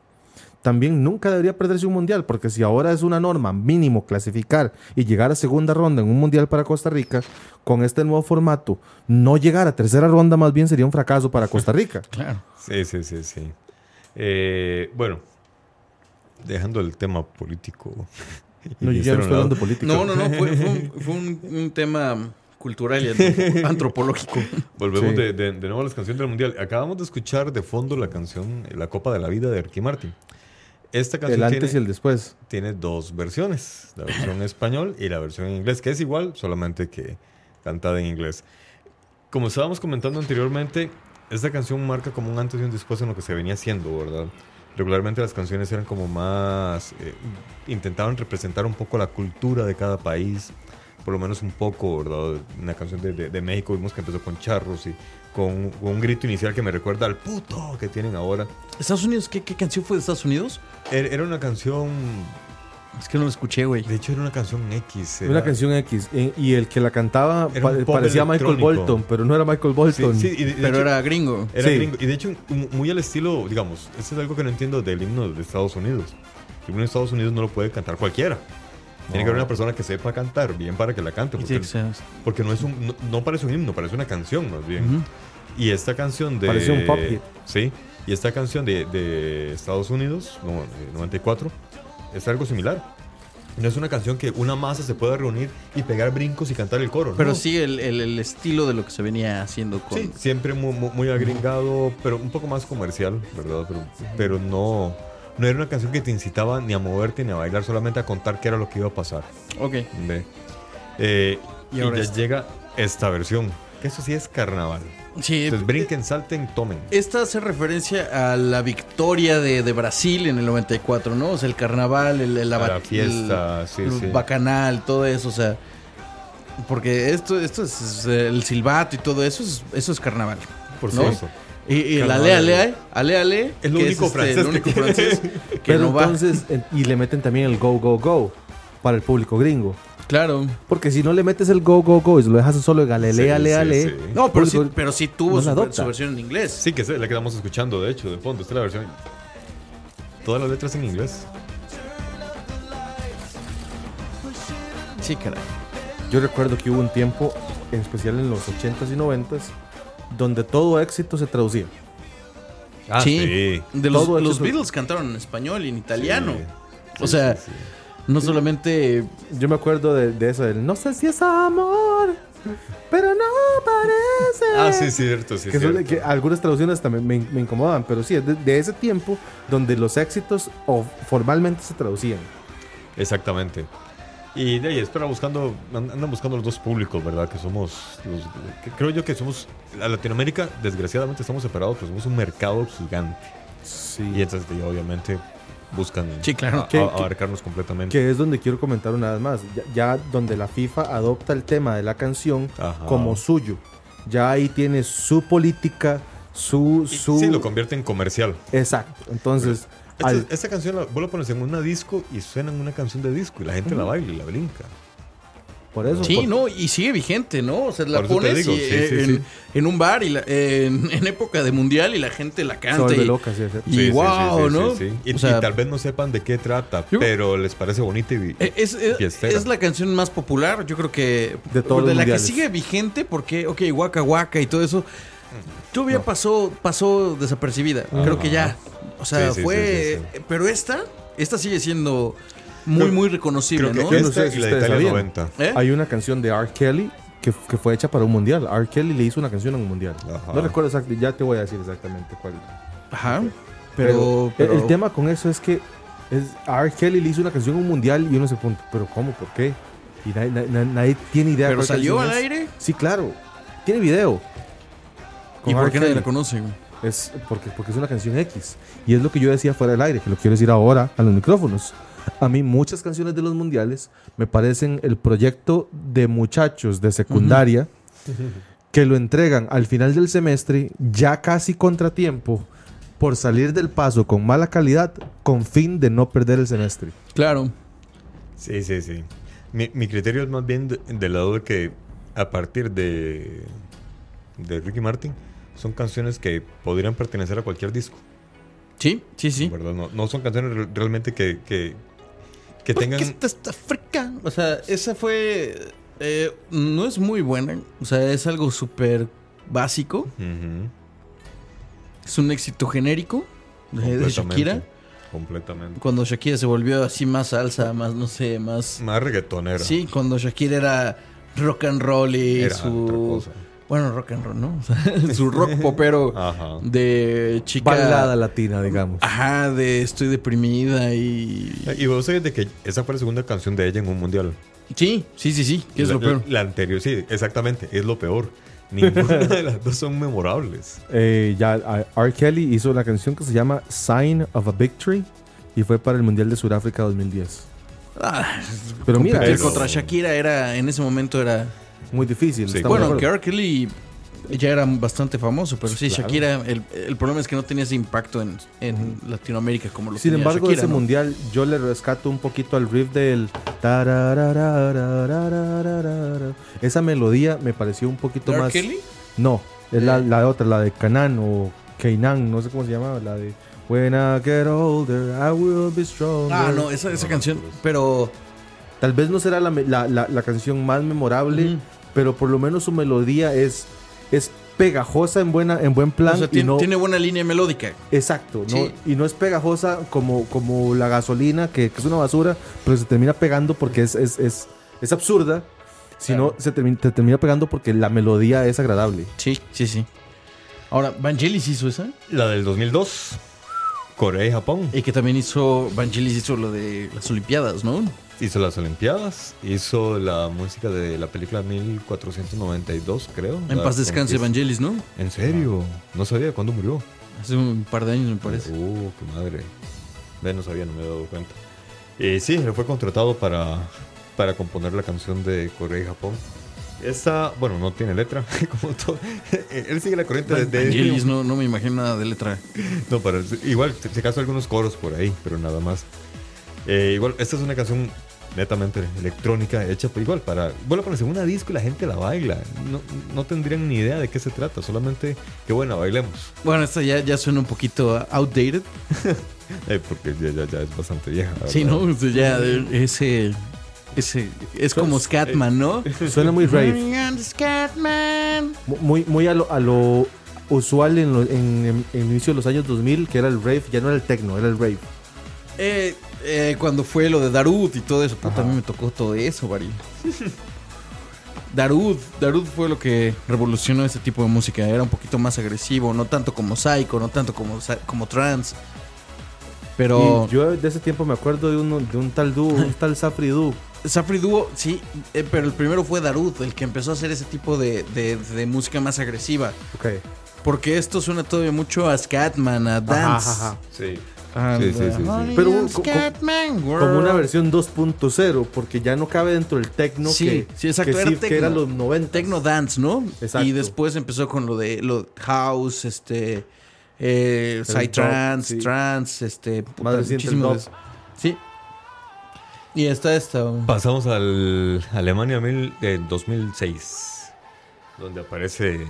Speaker 5: también nunca debería perderse un mundial, porque si ahora es una norma mínimo clasificar y llegar a segunda ronda en un mundial para Costa Rica, con este nuevo formato, no llegar a tercera ronda más bien sería un fracaso para Costa Rica.
Speaker 6: Claro.
Speaker 4: Sí, sí, sí, sí. Eh, bueno, dejando el tema político. y
Speaker 5: No, yo ya no
Speaker 4: hicieron
Speaker 5: estoy
Speaker 4: la-
Speaker 5: hablando de política.
Speaker 6: No, no, no. Fue, fue un, fue un- un tema cultural y antropo- antropológico.
Speaker 4: Volvemos
Speaker 5: Sí.
Speaker 4: de, de- de nuevo a las canciones del Mundial. Acabamos de escuchar de fondo la canción La Copa de la Vida de Ricky Martin. Esta canción
Speaker 5: El antes
Speaker 4: tiene,
Speaker 5: y el después.
Speaker 4: tiene dos versiones, la versión en español y la versión en inglés, que es igual, solamente que cantada en inglés. Como estábamos comentando anteriormente, esta canción marca como un antes y un después en lo que se venía haciendo, ¿verdad? Regularmente las canciones eran como más... eh, intentaban representar un poco la cultura de cada país, por lo menos un poco, ¿verdad? Una canción de, de- de México vimos que empezó con charros y con, con un grito inicial que me recuerda al puto que tienen ahora.
Speaker 6: ¿Estados Unidos? ¿Qué, qué canción fue de Estados Unidos?
Speaker 4: Era era una canción
Speaker 6: Es que no la escuché, güey.
Speaker 4: de hecho, era una canción X.
Speaker 5: Una
Speaker 4: era-
Speaker 5: canción X. eh, Y el que la cantaba
Speaker 4: Era
Speaker 5: pa-
Speaker 4: un pop
Speaker 5: parecía Michael
Speaker 4: electrónico.
Speaker 5: Bolton, pero no era Michael
Speaker 4: Sí,
Speaker 5: Bolton.
Speaker 4: sí, y de- de
Speaker 6: Pero
Speaker 4: hecho-
Speaker 6: era gringo.
Speaker 4: era
Speaker 5: sí.
Speaker 4: gringo. Y de hecho, un- muy al estilo, digamos, esto es algo que no entiendo del himno de Estados Unidos. El himno de Estados Unidos no lo puede cantar cualquiera. Tiene que haber una persona que sepa cantar bien para que la cante.
Speaker 6: Y
Speaker 4: Porque,
Speaker 6: tiene que ser-
Speaker 4: porque no, es un, no, no parece un himno, parece una canción más bien.
Speaker 6: Ujú.
Speaker 4: Y esta canción de.
Speaker 5: Parece un pop hit.
Speaker 4: Sí. Y esta canción de, de Estados Unidos, no, de 94, es algo similar. No es una canción que una masa se pueda reunir y pegar brincos y cantar el coro.
Speaker 6: Pero
Speaker 4: no.
Speaker 6: sí el, el- el estilo de lo que se venía haciendo con...
Speaker 4: Sí, siempre muy, muy, muy agringado, pero un poco más comercial, ¿verdad? Pero, pero no, no era una canción que te incitaba ni a moverte ni a bailar, solamente a contar qué era lo que iba a pasar.
Speaker 6: Ok.
Speaker 4: Ve. Eh,
Speaker 6: Y
Speaker 4: y
Speaker 6: ahora
Speaker 4: ya
Speaker 6: esta.
Speaker 4: llega esta versión, que eso sí es carnaval.
Speaker 6: Sí.
Speaker 4: Entonces brinquen, salten, tomen.
Speaker 6: Esta hace referencia a la victoria de, de Brasil en el 94, ¿no? O sea, el carnaval, el, el-
Speaker 4: A la
Speaker 6: abat-
Speaker 4: fiesta, sí,
Speaker 6: el
Speaker 4: sí.
Speaker 6: bacanal, todo eso, o sea. Porque esto, esto es, es el silbato y todo eso, es, eso es carnaval.
Speaker 4: Por
Speaker 6: ¿no?
Speaker 4: supuesto.
Speaker 6: Y, y el
Speaker 4: Carnaval,
Speaker 6: ale,
Speaker 4: ale.
Speaker 6: ale, ale, ale.
Speaker 4: Es lo
Speaker 6: que este,
Speaker 4: único francés
Speaker 6: el
Speaker 4: que-
Speaker 6: único francés que
Speaker 5: Pero
Speaker 6: no va.
Speaker 5: entonces, en- y le meten también el go, go, go para el público gringo.
Speaker 6: Claro.
Speaker 5: Porque si no le metes el go, go, go y se lo dejas solo de
Speaker 4: Sí,
Speaker 5: Galilea, ale,
Speaker 4: sí,
Speaker 5: ale.
Speaker 4: sí.
Speaker 6: No, pero sí,
Speaker 5: público-
Speaker 6: pero sí tuvo
Speaker 5: no la
Speaker 6: su,
Speaker 5: adopta.
Speaker 6: su versión en inglés.
Speaker 4: Sí, que es la que estamos escuchando, de hecho, de fondo. Esta es la versión. Todas las letras en inglés.
Speaker 6: Sí, caray.
Speaker 5: Yo recuerdo que hubo un tiempo, en especial en los 80s y 90s, donde todo éxito se traducía.
Speaker 4: Ah,
Speaker 6: sí. De los,
Speaker 5: Todo
Speaker 6: los
Speaker 5: eso-
Speaker 6: Beatles cantaron en español y en italiano.
Speaker 4: Sí.
Speaker 6: o sea,
Speaker 4: sí,
Speaker 6: no solamente
Speaker 5: Yo me acuerdo de, de eso, del no sé si es amor, pero no parece.
Speaker 4: Ah, sí, cierto, sí.
Speaker 5: que, son-
Speaker 4: cierto.
Speaker 5: que algunas traducciones también me, me incomodaban, pero sí, es de, de ese tiempo donde los éxitos o- formalmente se traducían.
Speaker 4: Exactamente. Y de ahí, espera, buscando, an- andan buscando los dos públicos, ¿verdad? Que somos, los- que creo yo que somos, la Latinoamérica, desgraciadamente estamos separados, pero somos un mercado gigante. Y
Speaker 5: Sí.
Speaker 4: entonces, y obviamente, buscan
Speaker 6: Sí, claro.
Speaker 4: a- a-
Speaker 5: Que- que-
Speaker 4: abarcarnos completamente.
Speaker 5: Que es donde quiero comentar una vez más, ya, ya donde la FIFA adopta el tema de la canción
Speaker 4: Ajá.
Speaker 5: como suyo. Ya ahí tiene su política, su...
Speaker 4: Y-
Speaker 5: su
Speaker 4: Sí, lo Este convierte en comercial.
Speaker 5: Exacto. Entonces,
Speaker 4: Esta,
Speaker 5: al-
Speaker 4: esta canción la, vos la pones en una disco y suena en una canción de disco y la gente la baila y la brinca.
Speaker 5: por eso...
Speaker 6: Sí,
Speaker 5: por-
Speaker 6: no, y sigue vigente, ¿no? O sea, la
Speaker 4: Por eso te
Speaker 6: pones
Speaker 4: digo,
Speaker 6: y,
Speaker 4: sí,
Speaker 6: eh,
Speaker 4: sí,
Speaker 6: en,
Speaker 4: sí.
Speaker 6: en un bar y la- en, en época de mundial y la gente la
Speaker 5: Se
Speaker 6: canta.
Speaker 5: vuelve
Speaker 6: Y,
Speaker 5: loca, sí, sí.
Speaker 6: y wow, ¿no?
Speaker 4: Y,
Speaker 6: O sea,
Speaker 4: y tal vez no sepan de qué trata,
Speaker 6: Yo-
Speaker 4: pero les parece bonita y,
Speaker 6: eh, es, es-
Speaker 4: fiestera.
Speaker 6: es la canción más popular, yo creo que.
Speaker 5: De todos
Speaker 6: la
Speaker 5: los
Speaker 6: que
Speaker 5: mundiales.
Speaker 6: sigue vigente, porque, ok, Waka Waka y todo eso. Todavía pasó, pasó desapercibida. Creo que ya. O sea,
Speaker 4: Sí, sí,
Speaker 6: fue.
Speaker 4: sí, sí,
Speaker 6: Pero esta, esta sigue siendo muy,
Speaker 4: Creo-
Speaker 6: muy reconocible,
Speaker 4: Creo que
Speaker 6: ¿no?
Speaker 5: Yo no
Speaker 4: esta
Speaker 5: sé si
Speaker 4: y la de
Speaker 5: ustedes
Speaker 4: Italia
Speaker 5: sabían.
Speaker 4: 90.
Speaker 6: ¿Eh?
Speaker 5: Hay una canción de R. Kelly que, que fue hecha para un mundial. R. Kelly le hizo una canción en un mundial.
Speaker 4: Ajá.
Speaker 5: No recuerdo exactamente, ya te voy a decir exactamente cuál.
Speaker 6: Ajá. Pero,
Speaker 5: el- el,
Speaker 6: pero-
Speaker 5: tema con eso es que es, R. Kelly le hizo una canción en un mundial y uno se pregunta, ¿pero cómo? ¿Por qué? Y nadie, na- na- nadie tiene idea.
Speaker 6: pero
Speaker 5: cuál
Speaker 6: salió al
Speaker 5: canción es.
Speaker 6: aire.
Speaker 5: Sí, claro. Tiene video.
Speaker 6: ¿Y
Speaker 5: Con
Speaker 6: por
Speaker 5: R.
Speaker 6: qué nadie
Speaker 5: Kelly.
Speaker 6: la conoce? güey?
Speaker 5: Es porque, porque es una canción X. Y es lo que yo decía fuera del aire, que lo quiero decir ahora a los micrófonos. A mí muchas canciones de los mundiales me parecen el proyecto de muchachos de secundaria que lo entregan al final del semestre ya casi contratiempo por salir del paso con mala calidad con fin de no perder el semestre.
Speaker 6: Claro.
Speaker 4: Sí, sí, sí. Mi, mi criterio es más bien de- del lado de que a partir de, de Ricky Martin son canciones que podrían pertenecer a cualquier disco.
Speaker 6: Sí, sí, sí.
Speaker 4: ¿verdad? No, no son canciones re- realmente que, que, que tengan...
Speaker 6: Porque esta está frica. O sea, esa fue. eh, no es muy buena. O sea, es algo súper básico.
Speaker 4: Ujú,
Speaker 6: Es un éxito genérico de, de
Speaker 4: completamente,
Speaker 6: Shakira.
Speaker 4: Completamente.
Speaker 6: Cuando Shakira se volvió así más salsa, más, no sé, más.
Speaker 4: Más reggaetonera.
Speaker 6: Sí, cuando Shakira era rock and roll y
Speaker 4: Era
Speaker 6: su.
Speaker 4: otra cosa.
Speaker 6: Bueno, rock and roll, ¿no? O sea, su rock popero
Speaker 4: Ajá.
Speaker 6: de chica.
Speaker 5: Balada latina, digamos.
Speaker 6: Ajá, de estoy deprimida y.
Speaker 4: Y vos sabés de que esa fue la segunda canción de ella en un mundial.
Speaker 6: Sí, sí, sí, sí. que es
Speaker 4: la,
Speaker 6: lo peor.
Speaker 4: La, la anterior, sí, exactamente. Es lo peor. Ninguna de las dos son memorables.
Speaker 5: Eh, ya a- R. Kelly hizo la canción que se llama Sign of a Victory y fue para el Mundial de Sudáfrica 2010.
Speaker 6: Ah,
Speaker 5: Pero mira,
Speaker 6: competir
Speaker 5: es-
Speaker 6: contra Shakira era en ese momento era
Speaker 5: Muy difícil.
Speaker 4: Sí.
Speaker 5: estamos de
Speaker 6: bueno, aunque
Speaker 5: acuerdo.
Speaker 6: R. Kelly ya era bastante famoso, pero sí,
Speaker 5: claro.
Speaker 6: Shakira, el, el problema es que no tenía ese impacto en, en Latinoamérica como lo
Speaker 5: Sin
Speaker 6: tenía
Speaker 5: embargo,
Speaker 6: Shakira,
Speaker 5: ese
Speaker 6: ¿no?
Speaker 5: mundial yo le rescato un poquito al riff del tararararararararara. esa melodía me pareció un poquito
Speaker 6: ¿R.
Speaker 5: más
Speaker 6: Kelly?
Speaker 5: no, es la, la otra, la de Canaan o Keinan, no sé cómo se llamaba, la de When I get older, I will be stronger.
Speaker 6: Ah, no, esa, esa canción,
Speaker 5: pues,
Speaker 6: pero
Speaker 5: Tal vez no será la, me- la- la- la canción más memorable,
Speaker 6: Ujú.
Speaker 5: pero por lo menos su melodía es, es pegajosa en buena en buen plan
Speaker 6: o sea,
Speaker 5: y
Speaker 6: tiene,
Speaker 5: no
Speaker 6: tiene buena línea melódica.
Speaker 5: Exacto, ¿no?
Speaker 6: Sí.
Speaker 5: y no es pegajosa como, como la gasolina, que, que es una basura, pero se termina pegando porque es, es, es, es absurda, sino se termina, te termina pegando porque la melodía es agradable.
Speaker 6: Sí, sí, sí. Ahora, ¿Vangelis hizo esa?
Speaker 4: La del 2002. Corea y Japón.
Speaker 6: Y que también hizo, Vangelis hizo lo de las Olimpiadas, ¿no?
Speaker 4: Hizo las Olimpiadas, hizo la música de la película 1492, creo.
Speaker 6: En
Speaker 4: La
Speaker 6: paz descanse
Speaker 4: conquista.
Speaker 6: Evangelis, ¿no?
Speaker 4: ¿En serio? No sabía cuándo murió.
Speaker 6: Hace un par de años, me parece.
Speaker 4: Uh, qué madre. Ve, no sabía, no me había dado cuenta. Eh, sí, él fue contratado para, para componer la canción de Corea y Japón. Esta, bueno, no tiene letra, como todo. Él sigue la corriente de... de-
Speaker 6: Vangelis, no, no me imagino nada de letra.
Speaker 4: no, pero igual, se se acaso algunos coros por ahí, pero nada más. Eh, igual, esta es una canción netamente electrónica, hecha pues, igual para... Bueno, para segunda disco y la gente la baila. No, no tendrían ni idea de qué se trata, solamente que bueno, bailemos.
Speaker 6: Bueno, esta ya, ya suena un poquito outdated.
Speaker 4: Eh, porque ya, ya, ya es bastante vieja. la
Speaker 6: Sí,
Speaker 4: verdad.
Speaker 6: ¿no? O sea, ya eh, ese, ese es como Scatman, ¿no?
Speaker 5: Suena muy rave.
Speaker 6: Bring on the Scatman.
Speaker 5: mu- Muy, muy a, lo, a lo usual en, lo- en- en- en el inicio de los años 2000, que era el rave, ya no era el techno, era el rave.
Speaker 6: Eh, eh, cuando fue lo de Darud y todo eso, puta, a mí me tocó todo eso, Baril. Darud, Darud fue lo que revolucionó ese tipo de música. Era un poquito más agresivo, no tanto como psycho, no tanto como, sa- como trance. Pero
Speaker 5: Y yo de ese tiempo me acuerdo de, uno, de un tal dúo, un tal Safri dúo.
Speaker 6: Safri Duo, sí, eh, pero el primero fue Darud, el que empezó a hacer ese tipo de, de- de música más agresiva.
Speaker 5: Ok.
Speaker 6: Porque esto suena todavía mucho a Scatman, a Dance.
Speaker 4: Sí.
Speaker 6: And,
Speaker 4: Sí, sí, sí, sí.
Speaker 6: uh,
Speaker 5: Pero
Speaker 6: I'm
Speaker 5: co- co-
Speaker 6: Scatman
Speaker 5: Como una
Speaker 6: World.
Speaker 5: versión 2.0, porque ya no cabe dentro del techno
Speaker 6: Sí,
Speaker 5: que,
Speaker 6: sí, exacto,
Speaker 5: que,
Speaker 6: era
Speaker 5: sí,
Speaker 6: techno.
Speaker 5: que era los 90.
Speaker 6: Tecno Dance, ¿no?
Speaker 5: Exacto.
Speaker 6: Y después empezó con lo de lo House, este eh, Psytrance,
Speaker 5: dub, sí.
Speaker 6: Trance, este puta,
Speaker 5: Más reciente el
Speaker 6: muchísimo
Speaker 5: dub.
Speaker 6: de eso. Sí. Y está esta.
Speaker 4: Pasamos al Alemania mil, eh, 2006, donde aparece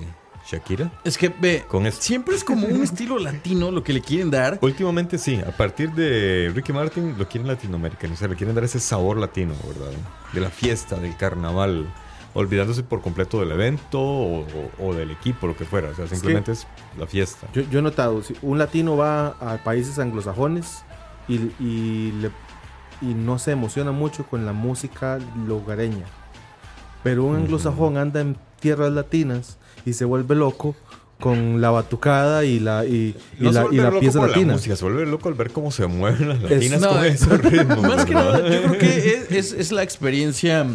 Speaker 4: Shakira.
Speaker 6: Es que ve,
Speaker 4: Con esto.
Speaker 6: siempre es como un estilo latino lo que le quieren dar.
Speaker 4: Últimamente sí, a partir de Ricky Martin lo quieren latinoamericanizar, le quieren dar ese sabor latino, ¿verdad? De la fiesta, del carnaval, olvidándose por completo del evento o, o- o del equipo, lo que fuera. O sea, simplemente es, la fiesta.
Speaker 5: Yo, yo he notado, si un latino va a países anglosajones y, y le- y no se emociona mucho con la música lugareña. Pero un anglosajón anda en tierras latinas y se vuelve loco con la batucada y la, y, y
Speaker 4: No se
Speaker 5: la, y
Speaker 4: vuelve
Speaker 5: la
Speaker 4: loco
Speaker 5: pieza
Speaker 4: por
Speaker 5: latina.
Speaker 4: La música, se vuelve loco al ver cómo se mueven las latinas
Speaker 6: no,
Speaker 4: con
Speaker 6: es-
Speaker 4: esos ritmos.
Speaker 6: Más que
Speaker 4: ¿verdad?
Speaker 6: nada, yo creo que es, es- es la experiencia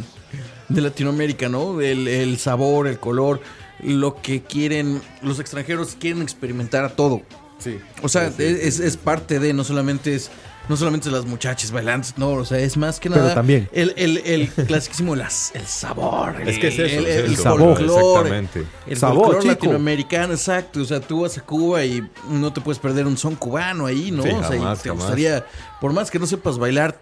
Speaker 6: de Latinoamérica, ¿no? El, el sabor, el color, lo que quieren, los extranjeros quieren experimentar a todo.
Speaker 5: Sí.
Speaker 6: O sea, es, es parte de, no solamente es. No solamente es las muchachas bailando, no, o sea, es más que
Speaker 5: Pero
Speaker 6: nada.
Speaker 5: también.
Speaker 6: El, el, el clasiquísimo, las, el sabor.
Speaker 4: Es que es eso,
Speaker 6: El,
Speaker 4: es
Speaker 6: el
Speaker 4: eso.
Speaker 5: sabor.
Speaker 6: folclore,
Speaker 4: Exactamente.
Speaker 6: El
Speaker 5: Sabor,
Speaker 6: sabor
Speaker 5: chico.
Speaker 6: latinoamericano, exacto. O sea, tú vas a Cuba y no te puedes perder un son cubano ahí, ¿no?
Speaker 4: Sí,
Speaker 6: o sea, y
Speaker 4: jamás,
Speaker 6: te
Speaker 4: jamás.
Speaker 6: gustaría, por más que no sepas bailar,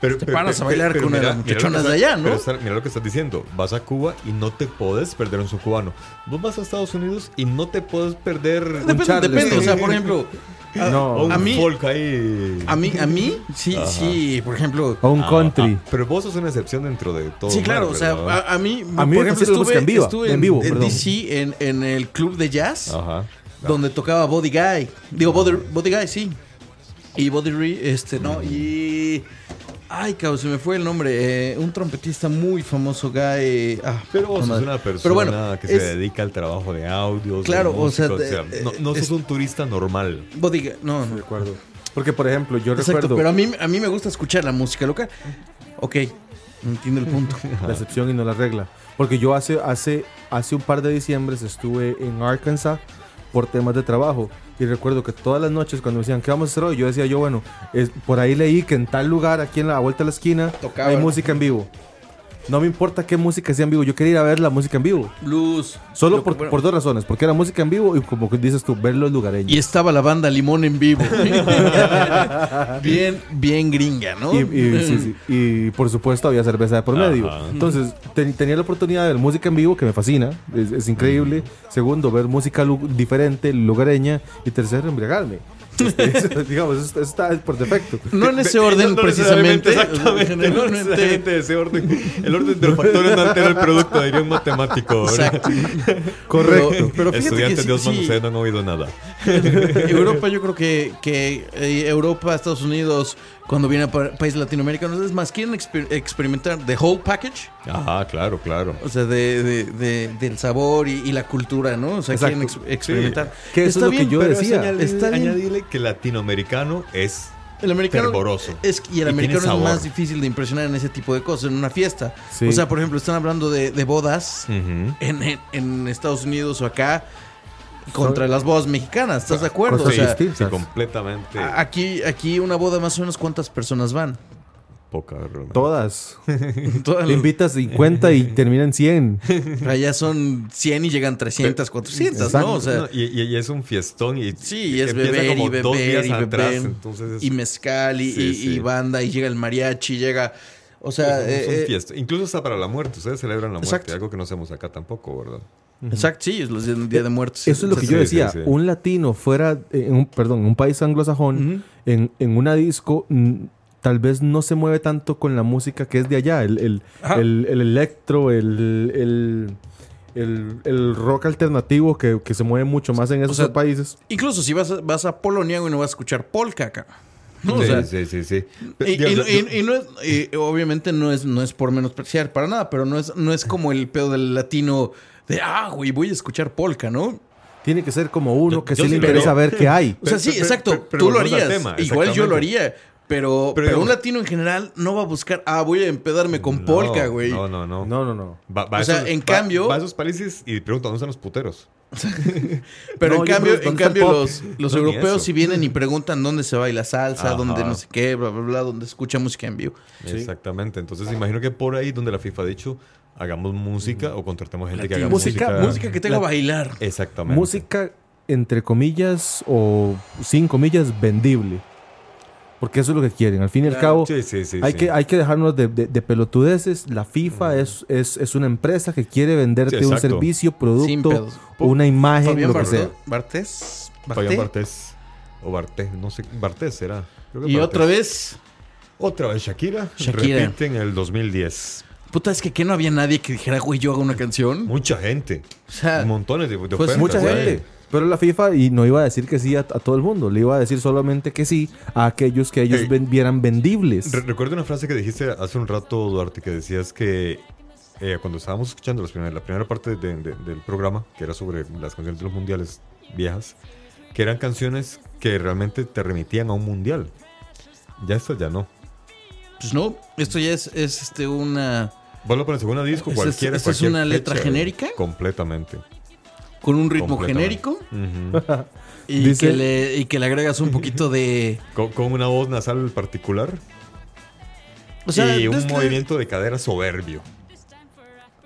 Speaker 4: Pero,
Speaker 6: Te paras a bailar con una de las
Speaker 4: mira lo que
Speaker 6: muchachonas de
Speaker 4: está-
Speaker 6: allá, ¿no?
Speaker 4: pero está- mira lo que estás diciendo. Vas a Cuba y no te puedes perder un son cubano. Vos vas a Estados Unidos y no te puedes perder un
Speaker 6: depende,
Speaker 5: Charles,
Speaker 6: depende. O sea,
Speaker 4: sí.
Speaker 6: por ejemplo, a,
Speaker 5: No.
Speaker 4: un
Speaker 6: a mí,
Speaker 4: folk ahí. Ah,
Speaker 6: a mí, a mí, sí, sí, por ejemplo,
Speaker 5: O un country.
Speaker 4: Pero vos sos una excepción dentro de todo.
Speaker 6: Sí,
Speaker 4: el
Speaker 6: claro,
Speaker 4: mar,
Speaker 6: o sea,
Speaker 4: ¿verdad?
Speaker 6: a, a mí,
Speaker 5: Oh, A mí me
Speaker 6: por ejemplo,
Speaker 5: fascina la
Speaker 6: estuve,
Speaker 5: música en vivo,
Speaker 6: estuve
Speaker 5: en
Speaker 6: en,
Speaker 5: vivo,
Speaker 6: en
Speaker 5: perdón.
Speaker 6: DC, en, en el club de jazz,
Speaker 4: Ajá.
Speaker 6: donde tocaba Body Guy. Digo, Body, Body Guy, sí. Y Body Re, este, no, y... Ay, cabrón, se me fue el nombre. eh, un trompetista muy famoso, Guy... ah,
Speaker 4: Pero
Speaker 6: puta
Speaker 4: vos sos
Speaker 6: madre.
Speaker 4: una persona
Speaker 6: Pero bueno,
Speaker 4: que
Speaker 6: es
Speaker 4: se dedica al trabajo de audios. de
Speaker 6: Claro, o sea,
Speaker 4: música,
Speaker 6: de-
Speaker 4: no, no sos
Speaker 6: es-
Speaker 4: un turista normal.
Speaker 6: Body Guy, no, no.
Speaker 5: Recuerdo. Porque, por ejemplo, yo
Speaker 6: Exacto,
Speaker 5: recuerdo
Speaker 6: pero a mí, a mí me gusta escuchar la música local. Ok, entiendo el punto.
Speaker 5: la excepción y no la regla. Porque yo hace, hace, hace un par de diciembres estuve en Arkansas por temas de trabajo. Y recuerdo que todas las noches cuando me decían, ¿qué vamos a hacer hoy? Yo decía, yo, bueno, es, por ahí leí que en tal lugar, aquí en la a vuelta a la esquina,
Speaker 6: Tocaba.
Speaker 5: hay música en vivo. No me importa qué música sea en vivo, yo quería ir a ver la música en vivo.
Speaker 6: Blues.
Speaker 5: Solo
Speaker 6: lo
Speaker 5: por,
Speaker 6: que fuera.
Speaker 5: por dos razones, porque era música en vivo y como que dices tú, ver los lugareños.
Speaker 6: Y estaba la banda Limón en vivo. bien, bien gringa, ¿no?
Speaker 5: Y, y- sí, sí. Y, por supuesto había cerveza de por medio.
Speaker 4: Ajá.
Speaker 5: Entonces te- tenía la oportunidad de ver música en vivo que me fascina, es, es increíble. Segundo, ver música lu- diferente, lugareña. Y tercero, embriagarme. Este, eso, digamos, eso, eso está por defecto.
Speaker 6: No en ese
Speaker 4: Pe-
Speaker 6: orden
Speaker 4: no, no
Speaker 6: precisamente.
Speaker 4: necesariamente, Exactamente. No
Speaker 6: Generalmente-
Speaker 4: necesariamente de ese orden. El orden de los factores no altera el producto, diría un matemático. ¿verdad?
Speaker 6: Exacto.
Speaker 5: Correcto.
Speaker 6: Pero, pero fíjate que
Speaker 4: Estudiantes
Speaker 6: sí-
Speaker 4: de Osman,
Speaker 6: sí,
Speaker 4: ustedes no han oído nada.
Speaker 6: Europa, yo creo que, que, eh, Europa, Estados Unidos, cuando viene a pa- países latinoamericanos, es más, quieren exper- experimentar the whole package,
Speaker 4: Ajá, claro, claro.
Speaker 6: o sea, de, de- de- del sabor y, y la cultura, ¿no? O sea,
Speaker 5: Exacto.
Speaker 6: quieren ex- experimentar.
Speaker 5: Que eso es lo que yo
Speaker 4: Pero
Speaker 5: decía.
Speaker 4: eso añadile-
Speaker 6: Está bien.
Speaker 4: añadile que latinoamericano es
Speaker 6: El americano
Speaker 4: fervoroso.
Speaker 6: es y el
Speaker 4: Y tiene
Speaker 6: americano es
Speaker 4: sabor.
Speaker 6: más difícil de impresionar en ese tipo de cosas, en una fiesta.
Speaker 5: Sí.
Speaker 6: O sea, por ejemplo, están hablando de, de bodas
Speaker 4: Ujú.
Speaker 6: en, en- en Estados Unidos o acá contra las bodas mexicanas, ¿estás de acuerdo? O
Speaker 5: Cosas
Speaker 6: sea,
Speaker 4: Sí,
Speaker 5: distintas.
Speaker 4: completamente
Speaker 6: a- aquí, aquí una boda más o menos cuántas personas van. ah,
Speaker 4: poca realmente.
Speaker 5: Todas.
Speaker 6: Todas
Speaker 5: Le
Speaker 6: las-
Speaker 5: invitas 50 y termina en 100.
Speaker 6: allá son 100 y llegan 300, 400,
Speaker 5: Exacto.
Speaker 6: ¿no? O sea,
Speaker 4: No, y, y- y es un fiestón y
Speaker 6: sí, y es
Speaker 4: empieza
Speaker 6: beber y
Speaker 4: como dos
Speaker 6: beber
Speaker 4: días
Speaker 6: y
Speaker 4: atrás,
Speaker 6: beber
Speaker 4: entonces es-
Speaker 6: y mezcal y,
Speaker 4: Sí,
Speaker 6: y-
Speaker 4: sí.
Speaker 6: y banda y llega el mariachi, llega... O sea,
Speaker 4: pues, es un
Speaker 6: eh, eh,
Speaker 4: fiesto. Incluso hasta para la muerte, ustedes celebran la muerte,
Speaker 6: Exacto.
Speaker 4: algo que no hacemos acá tampoco, ¿verdad?
Speaker 6: Exacto, sí, es los días, Día
Speaker 4: Eh,
Speaker 6: de muertos.
Speaker 5: Eso es lo que
Speaker 6: Sí,
Speaker 5: yo
Speaker 4: sí,
Speaker 5: decía.
Speaker 4: sí.
Speaker 5: Un latino fuera, eh, en un, perdón, en un país anglosajón, en, en una disco, mm, tal vez no se mueve tanto con la música que es de allá. El, el, el- el electro, el, el, el- el rock alternativo que, que se mueve mucho más en esos
Speaker 6: sea,
Speaker 5: países.
Speaker 6: Incluso si vas a, vas a Polonia y no vas a escuchar polka acá. ¿no? O
Speaker 4: sí,
Speaker 6: sea,
Speaker 4: sí, sí, sí.
Speaker 6: y, y-
Speaker 4: Digamos, yo-
Speaker 6: y- y no es- y obviamente no es, no es por menospreciar para nada, pero no es, no es como el pedo del latino de, ah, güey, voy a escuchar polka, ¿no?
Speaker 5: Tiene que ser como uno
Speaker 4: Yo-
Speaker 5: que
Speaker 4: yo
Speaker 5: sí le
Speaker 4: sí, pero-
Speaker 5: interesa ver qué hay.
Speaker 6: O sea,
Speaker 4: Pero-
Speaker 6: sí,
Speaker 4: pero-
Speaker 6: exacto,
Speaker 4: pero- pero
Speaker 6: tú lo
Speaker 4: volvemos al
Speaker 6: harías.
Speaker 4: tema,
Speaker 6: Igual yo lo
Speaker 4: exactamente.
Speaker 6: haría. Pero, pero,
Speaker 4: Pero
Speaker 6: un
Speaker 4: digamos-
Speaker 6: latino en general no va a buscar, ah, voy a empedarme con
Speaker 4: No,
Speaker 6: polka, güey.
Speaker 4: No, no, no.
Speaker 5: No, no, no.
Speaker 4: Va- va
Speaker 6: O
Speaker 4: a
Speaker 6: sea,
Speaker 4: esos-
Speaker 6: en
Speaker 4: va-
Speaker 6: cambio-
Speaker 4: Va a esos países y pregunta, ¿dónde están los puteros?
Speaker 6: Pero
Speaker 5: No,
Speaker 6: en cambio,
Speaker 5: yo creo que
Speaker 6: en
Speaker 5: ¿dónde está el
Speaker 6: cambio
Speaker 5: pop?
Speaker 6: los, los
Speaker 4: No, ni
Speaker 6: europeos
Speaker 4: eso.
Speaker 6: si vienen y preguntan dónde se baila salsa,
Speaker 4: Ajá.
Speaker 6: dónde no sé qué, bla, bla, bla, dónde escucha música en vivo.
Speaker 4: Exactamente. Entonces, imagino que por ahí donde la FIFA ha dicho, hagamos música o contratemos gente que haga
Speaker 5: Música-
Speaker 4: música.
Speaker 6: Música que tenga
Speaker 5: La-
Speaker 6: bailar.
Speaker 4: Exactamente.
Speaker 5: Música, entre comillas, o sin comillas, vendible. Porque eso es lo que quieren. Al fin y al cabo,
Speaker 4: Sí, sí, sí.
Speaker 5: hay,
Speaker 4: sí.
Speaker 5: que, hay que dejarnos de, de- de pelotudeces. La FIFA es, es, es una empresa que quiere venderte
Speaker 4: Sí,
Speaker 5: un
Speaker 4: exacto.
Speaker 5: servicio,
Speaker 6: Sin
Speaker 5: producto,
Speaker 6: pedos.
Speaker 5: una imagen,
Speaker 6: Fabián
Speaker 5: lo que
Speaker 6: Bartó-
Speaker 5: sea.
Speaker 6: Bartés.
Speaker 4: Fabián
Speaker 6: Barté.
Speaker 4: Bartés. O Bartés, no sé. Bartés será. Creo Eh, que
Speaker 6: Y
Speaker 4: Bartés.
Speaker 6: otra vez.
Speaker 4: Otra vez Shakira.
Speaker 6: Shakira.
Speaker 4: Repite en el 2010.
Speaker 6: Puta, es que ¿qué no había nadie que dijera, güey, yo hago una canción.
Speaker 4: Mucha gente.
Speaker 6: O sea,
Speaker 4: Montones de, de
Speaker 6: pues
Speaker 4: ofertas,
Speaker 5: Mucha
Speaker 4: güey.
Speaker 5: gente. Pero la FIFA y no iba a decir que sí a, a todo el mundo. Le iba a decir solamente que sí a aquellos que ellos
Speaker 4: Ey.
Speaker 5: ven- vieran vendibles.
Speaker 4: Re- Recuerdo una frase que dijiste hace un rato, Duarte, que decías que eh, cuando estábamos escuchando las primeras- la primera parte de- de- del programa, que era sobre las canciones de los mundiales viejas, que eran canciones que realmente te remitían a un mundial. Ya estas ya no.
Speaker 6: pues no, esto ya es, es este una.
Speaker 4: Vos lo pones en una disco,
Speaker 6: Esa es-
Speaker 4: cualquiera.
Speaker 6: esa es
Speaker 4: cualquier
Speaker 6: una letra
Speaker 4: fecha,
Speaker 6: genérica.
Speaker 4: Completamente.
Speaker 6: con un ritmo
Speaker 4: Completamente.
Speaker 6: genérico
Speaker 4: Ujú.
Speaker 6: y,
Speaker 5: Dice-
Speaker 6: que le, y que le agregas un poquito de.
Speaker 4: con, con una voz nasal particular
Speaker 6: O sea, este,
Speaker 4: y un
Speaker 6: desde-
Speaker 4: movimiento de cadera soberbio.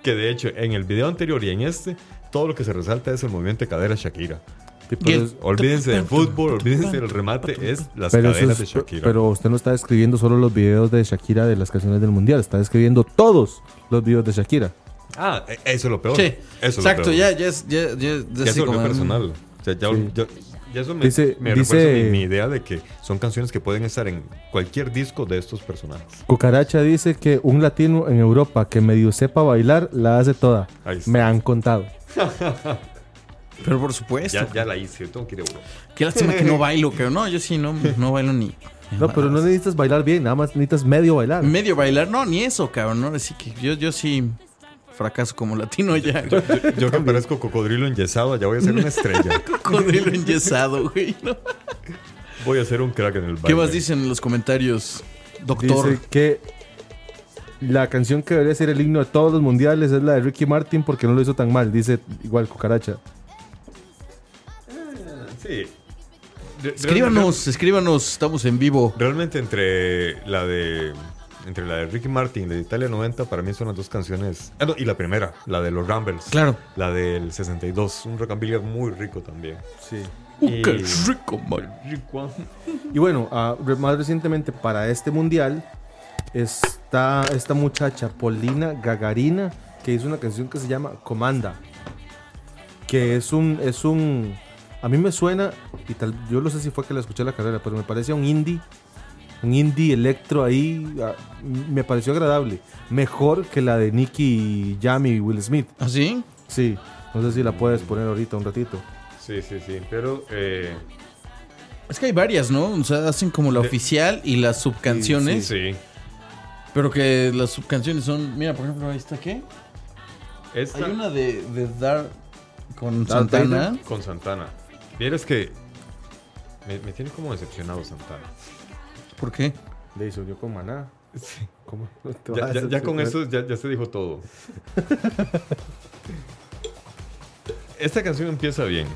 Speaker 4: Que de hecho, en el video anterior y en este, todo lo que se resalta es el movimiento de cadera Shakira.
Speaker 5: Tipo,
Speaker 6: ¿Qué?
Speaker 5: es-
Speaker 4: Olvídense del fútbol, olvídense del remate, es las
Speaker 5: Pero, eso
Speaker 4: cadenas de
Speaker 5: es-
Speaker 4: Shakira.
Speaker 5: pero usted no está describiendo solo los videos de Shakira de las canciones del mundial, está describiendo todos los videos de Shakira.
Speaker 4: ah, e- eso es lo peor.
Speaker 6: Sí,
Speaker 4: Eso es lo
Speaker 6: exacto,
Speaker 4: peor.
Speaker 6: ya, ya es. Ya, ya es
Speaker 4: Ya
Speaker 6: así
Speaker 4: se volvió
Speaker 6: como-
Speaker 4: personal. O sea, ya, ya- ya eso me,
Speaker 5: Dice-
Speaker 4: me
Speaker 5: dice-
Speaker 4: refuerza mi, mi idea de que son canciones que pueden estar en cualquier disco de estos personajes.
Speaker 5: Cucaracha dice que un latino en Europa que medio sepa bailar la hace toda.
Speaker 4: Ahí está.
Speaker 5: Me han contado.
Speaker 6: Pero por supuesto.
Speaker 4: Ya, ya la hice, tengo que ir a Europa.
Speaker 6: Qué lástima que no bailo, que no, yo sí no, no bailo ni.
Speaker 5: No, pero no necesitas bailar bien, nada más necesitas medio bailar.
Speaker 6: Medio bailar, no, ni eso, cabrón. ¿no? Así que yo, yo sí fracaso como latino ya. güey.
Speaker 4: Yo que parezco cocodrilo enyesado, ya voy a ser una estrella.
Speaker 6: Cocodrilo enyesado, güey. ¿no?
Speaker 4: Voy a ser un crack en el baile.
Speaker 6: ¿Qué más dicen en los comentarios, doctor?
Speaker 5: Dice que la canción que debería ser el himno de todos los mundiales es la de Ricky Martin porque no lo hizo tan mal, dice igual Cucaracha.
Speaker 4: Sí. Re-
Speaker 6: escríbanos, escríbanos, estamos en vivo.
Speaker 4: Realmente entre la de entre la de Ricky Martin y la de Italia 90 para mí son las dos canciones. Ah, no, y la primera, la de los Rambles.
Speaker 6: Claro.
Speaker 4: La del 62, un rockabilly muy rico también.
Speaker 5: Sí.
Speaker 4: Y-
Speaker 6: Qué rico, man.
Speaker 5: Y bueno, ah, re- más recientemente para este mundial está esta muchacha Polina Gagarina que hizo una canción que se llama Comanda, que es un es un a mí me suena y tal yo no sé si fue que la escuché en la carrera, pero me parecía un indie un indie electro ahí ah, m- me pareció agradable, mejor que la de Nicky Jam y Will Smith.
Speaker 6: ¿Ah, sí?
Speaker 5: Sí, no sé si la puedes poner ahorita un ratito.
Speaker 4: Sí, sí, sí. Pero eh,
Speaker 6: Es que hay varias, ¿no? O sea, hacen como la
Speaker 4: De-
Speaker 6: oficial y las subcanciones.
Speaker 4: sí.
Speaker 6: Pero que las subcanciones son. Mira, por ejemplo, ahí está qué. Hay
Speaker 4: Esta
Speaker 6: una de, de Dar con
Speaker 5: Darth Vader.
Speaker 6: Santana.
Speaker 4: con Santana. Vieras que me, me tiene como decepcionado Santana.
Speaker 6: ¿Por qué?
Speaker 5: Le hizo yo con maná. ¿Cómo? no te vas
Speaker 4: Ya,
Speaker 5: a
Speaker 4: ya- ya con
Speaker 5: decepcionar?
Speaker 4: eso ya, ya se dijo todo. Esta canción empieza bien.